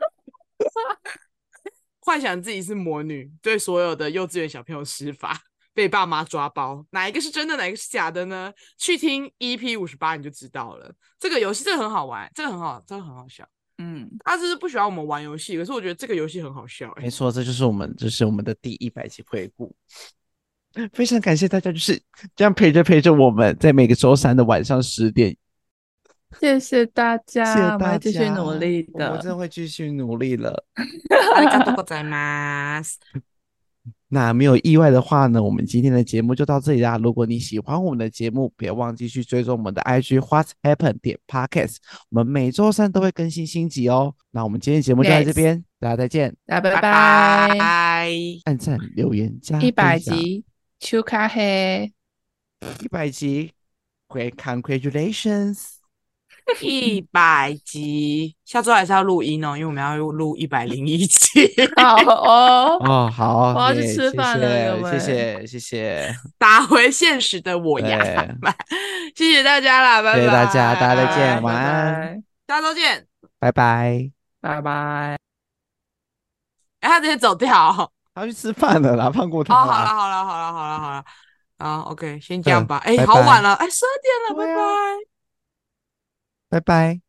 Speaker 3: 幻想自己是魔女，对所有的幼稚园小朋友施法，被爸妈抓包，哪一个是真的，哪一个是假的呢？去听 EP 五十八你就知道了。这个游戏这个很好玩，这个很好，这个很好笑。
Speaker 4: 嗯，
Speaker 3: 他只是不喜欢我们玩游戏，可是我觉得这个游戏很好笑、欸。
Speaker 2: 没错，这就是我们，这是我们的第一百集回顾。非常感谢大家，就是这样陪着陪着我们，在每个周三的晚上十点
Speaker 4: 谢谢大家，
Speaker 2: 谢谢
Speaker 4: 我们
Speaker 2: 大家，
Speaker 4: 会啊继续努力
Speaker 2: 我们真
Speaker 4: 的。
Speaker 2: 的会继续努力了。
Speaker 3: ありがとうございます。
Speaker 2: 那没有意外的话呢，我们今天的节目就到这里啦。如果你喜欢我们的节目，别忘记去追踪我们的 IG What's Happen 点 Podcast，我们每周三都会更新新集哦。那我们今天的节目就到这
Speaker 4: Yes
Speaker 2: 边，大家再见，
Speaker 4: 大 家拜
Speaker 3: 拜
Speaker 4: 拜，
Speaker 3: 拜。
Speaker 2: 按赞、留言、加
Speaker 4: 一百
Speaker 2: 分享，
Speaker 4: 集秋咖 黑，
Speaker 2: 一百集，Great congratulations！
Speaker 3: 一百集，下周还是要录音哦，因为我们要录一百零一集。
Speaker 4: 好哦，
Speaker 2: 哦，好，
Speaker 4: 我要去
Speaker 2: 耶
Speaker 4: 吃
Speaker 2: 谢
Speaker 4: 饭了
Speaker 2: 谢
Speaker 4: 各
Speaker 2: 谢
Speaker 4: 位
Speaker 2: 谢谢谢，
Speaker 3: 打回现实的我呀
Speaker 2: 对！
Speaker 3: 谢谢大家啦，拜拜，
Speaker 2: 谢谢大家大家再见晚安
Speaker 4: 拜
Speaker 3: 下周见。
Speaker 2: 拜拜。
Speaker 4: 拜，拜拜。
Speaker 3: 哎、他直接走 掉哦，
Speaker 2: 他去吃饭了啦，放过啊
Speaker 3: 哦，
Speaker 2: 他啦
Speaker 3: 好了，。好了，好了，好了，好了，啊，OK，先这样
Speaker 2: 嗯
Speaker 3: 吧。哎、
Speaker 2: 拜啊
Speaker 3: 好
Speaker 2: 拜
Speaker 3: 晚了，哎、十二点了，
Speaker 2: 对
Speaker 3: 拜
Speaker 2: 啊
Speaker 3: 拜。
Speaker 2: 拜拜。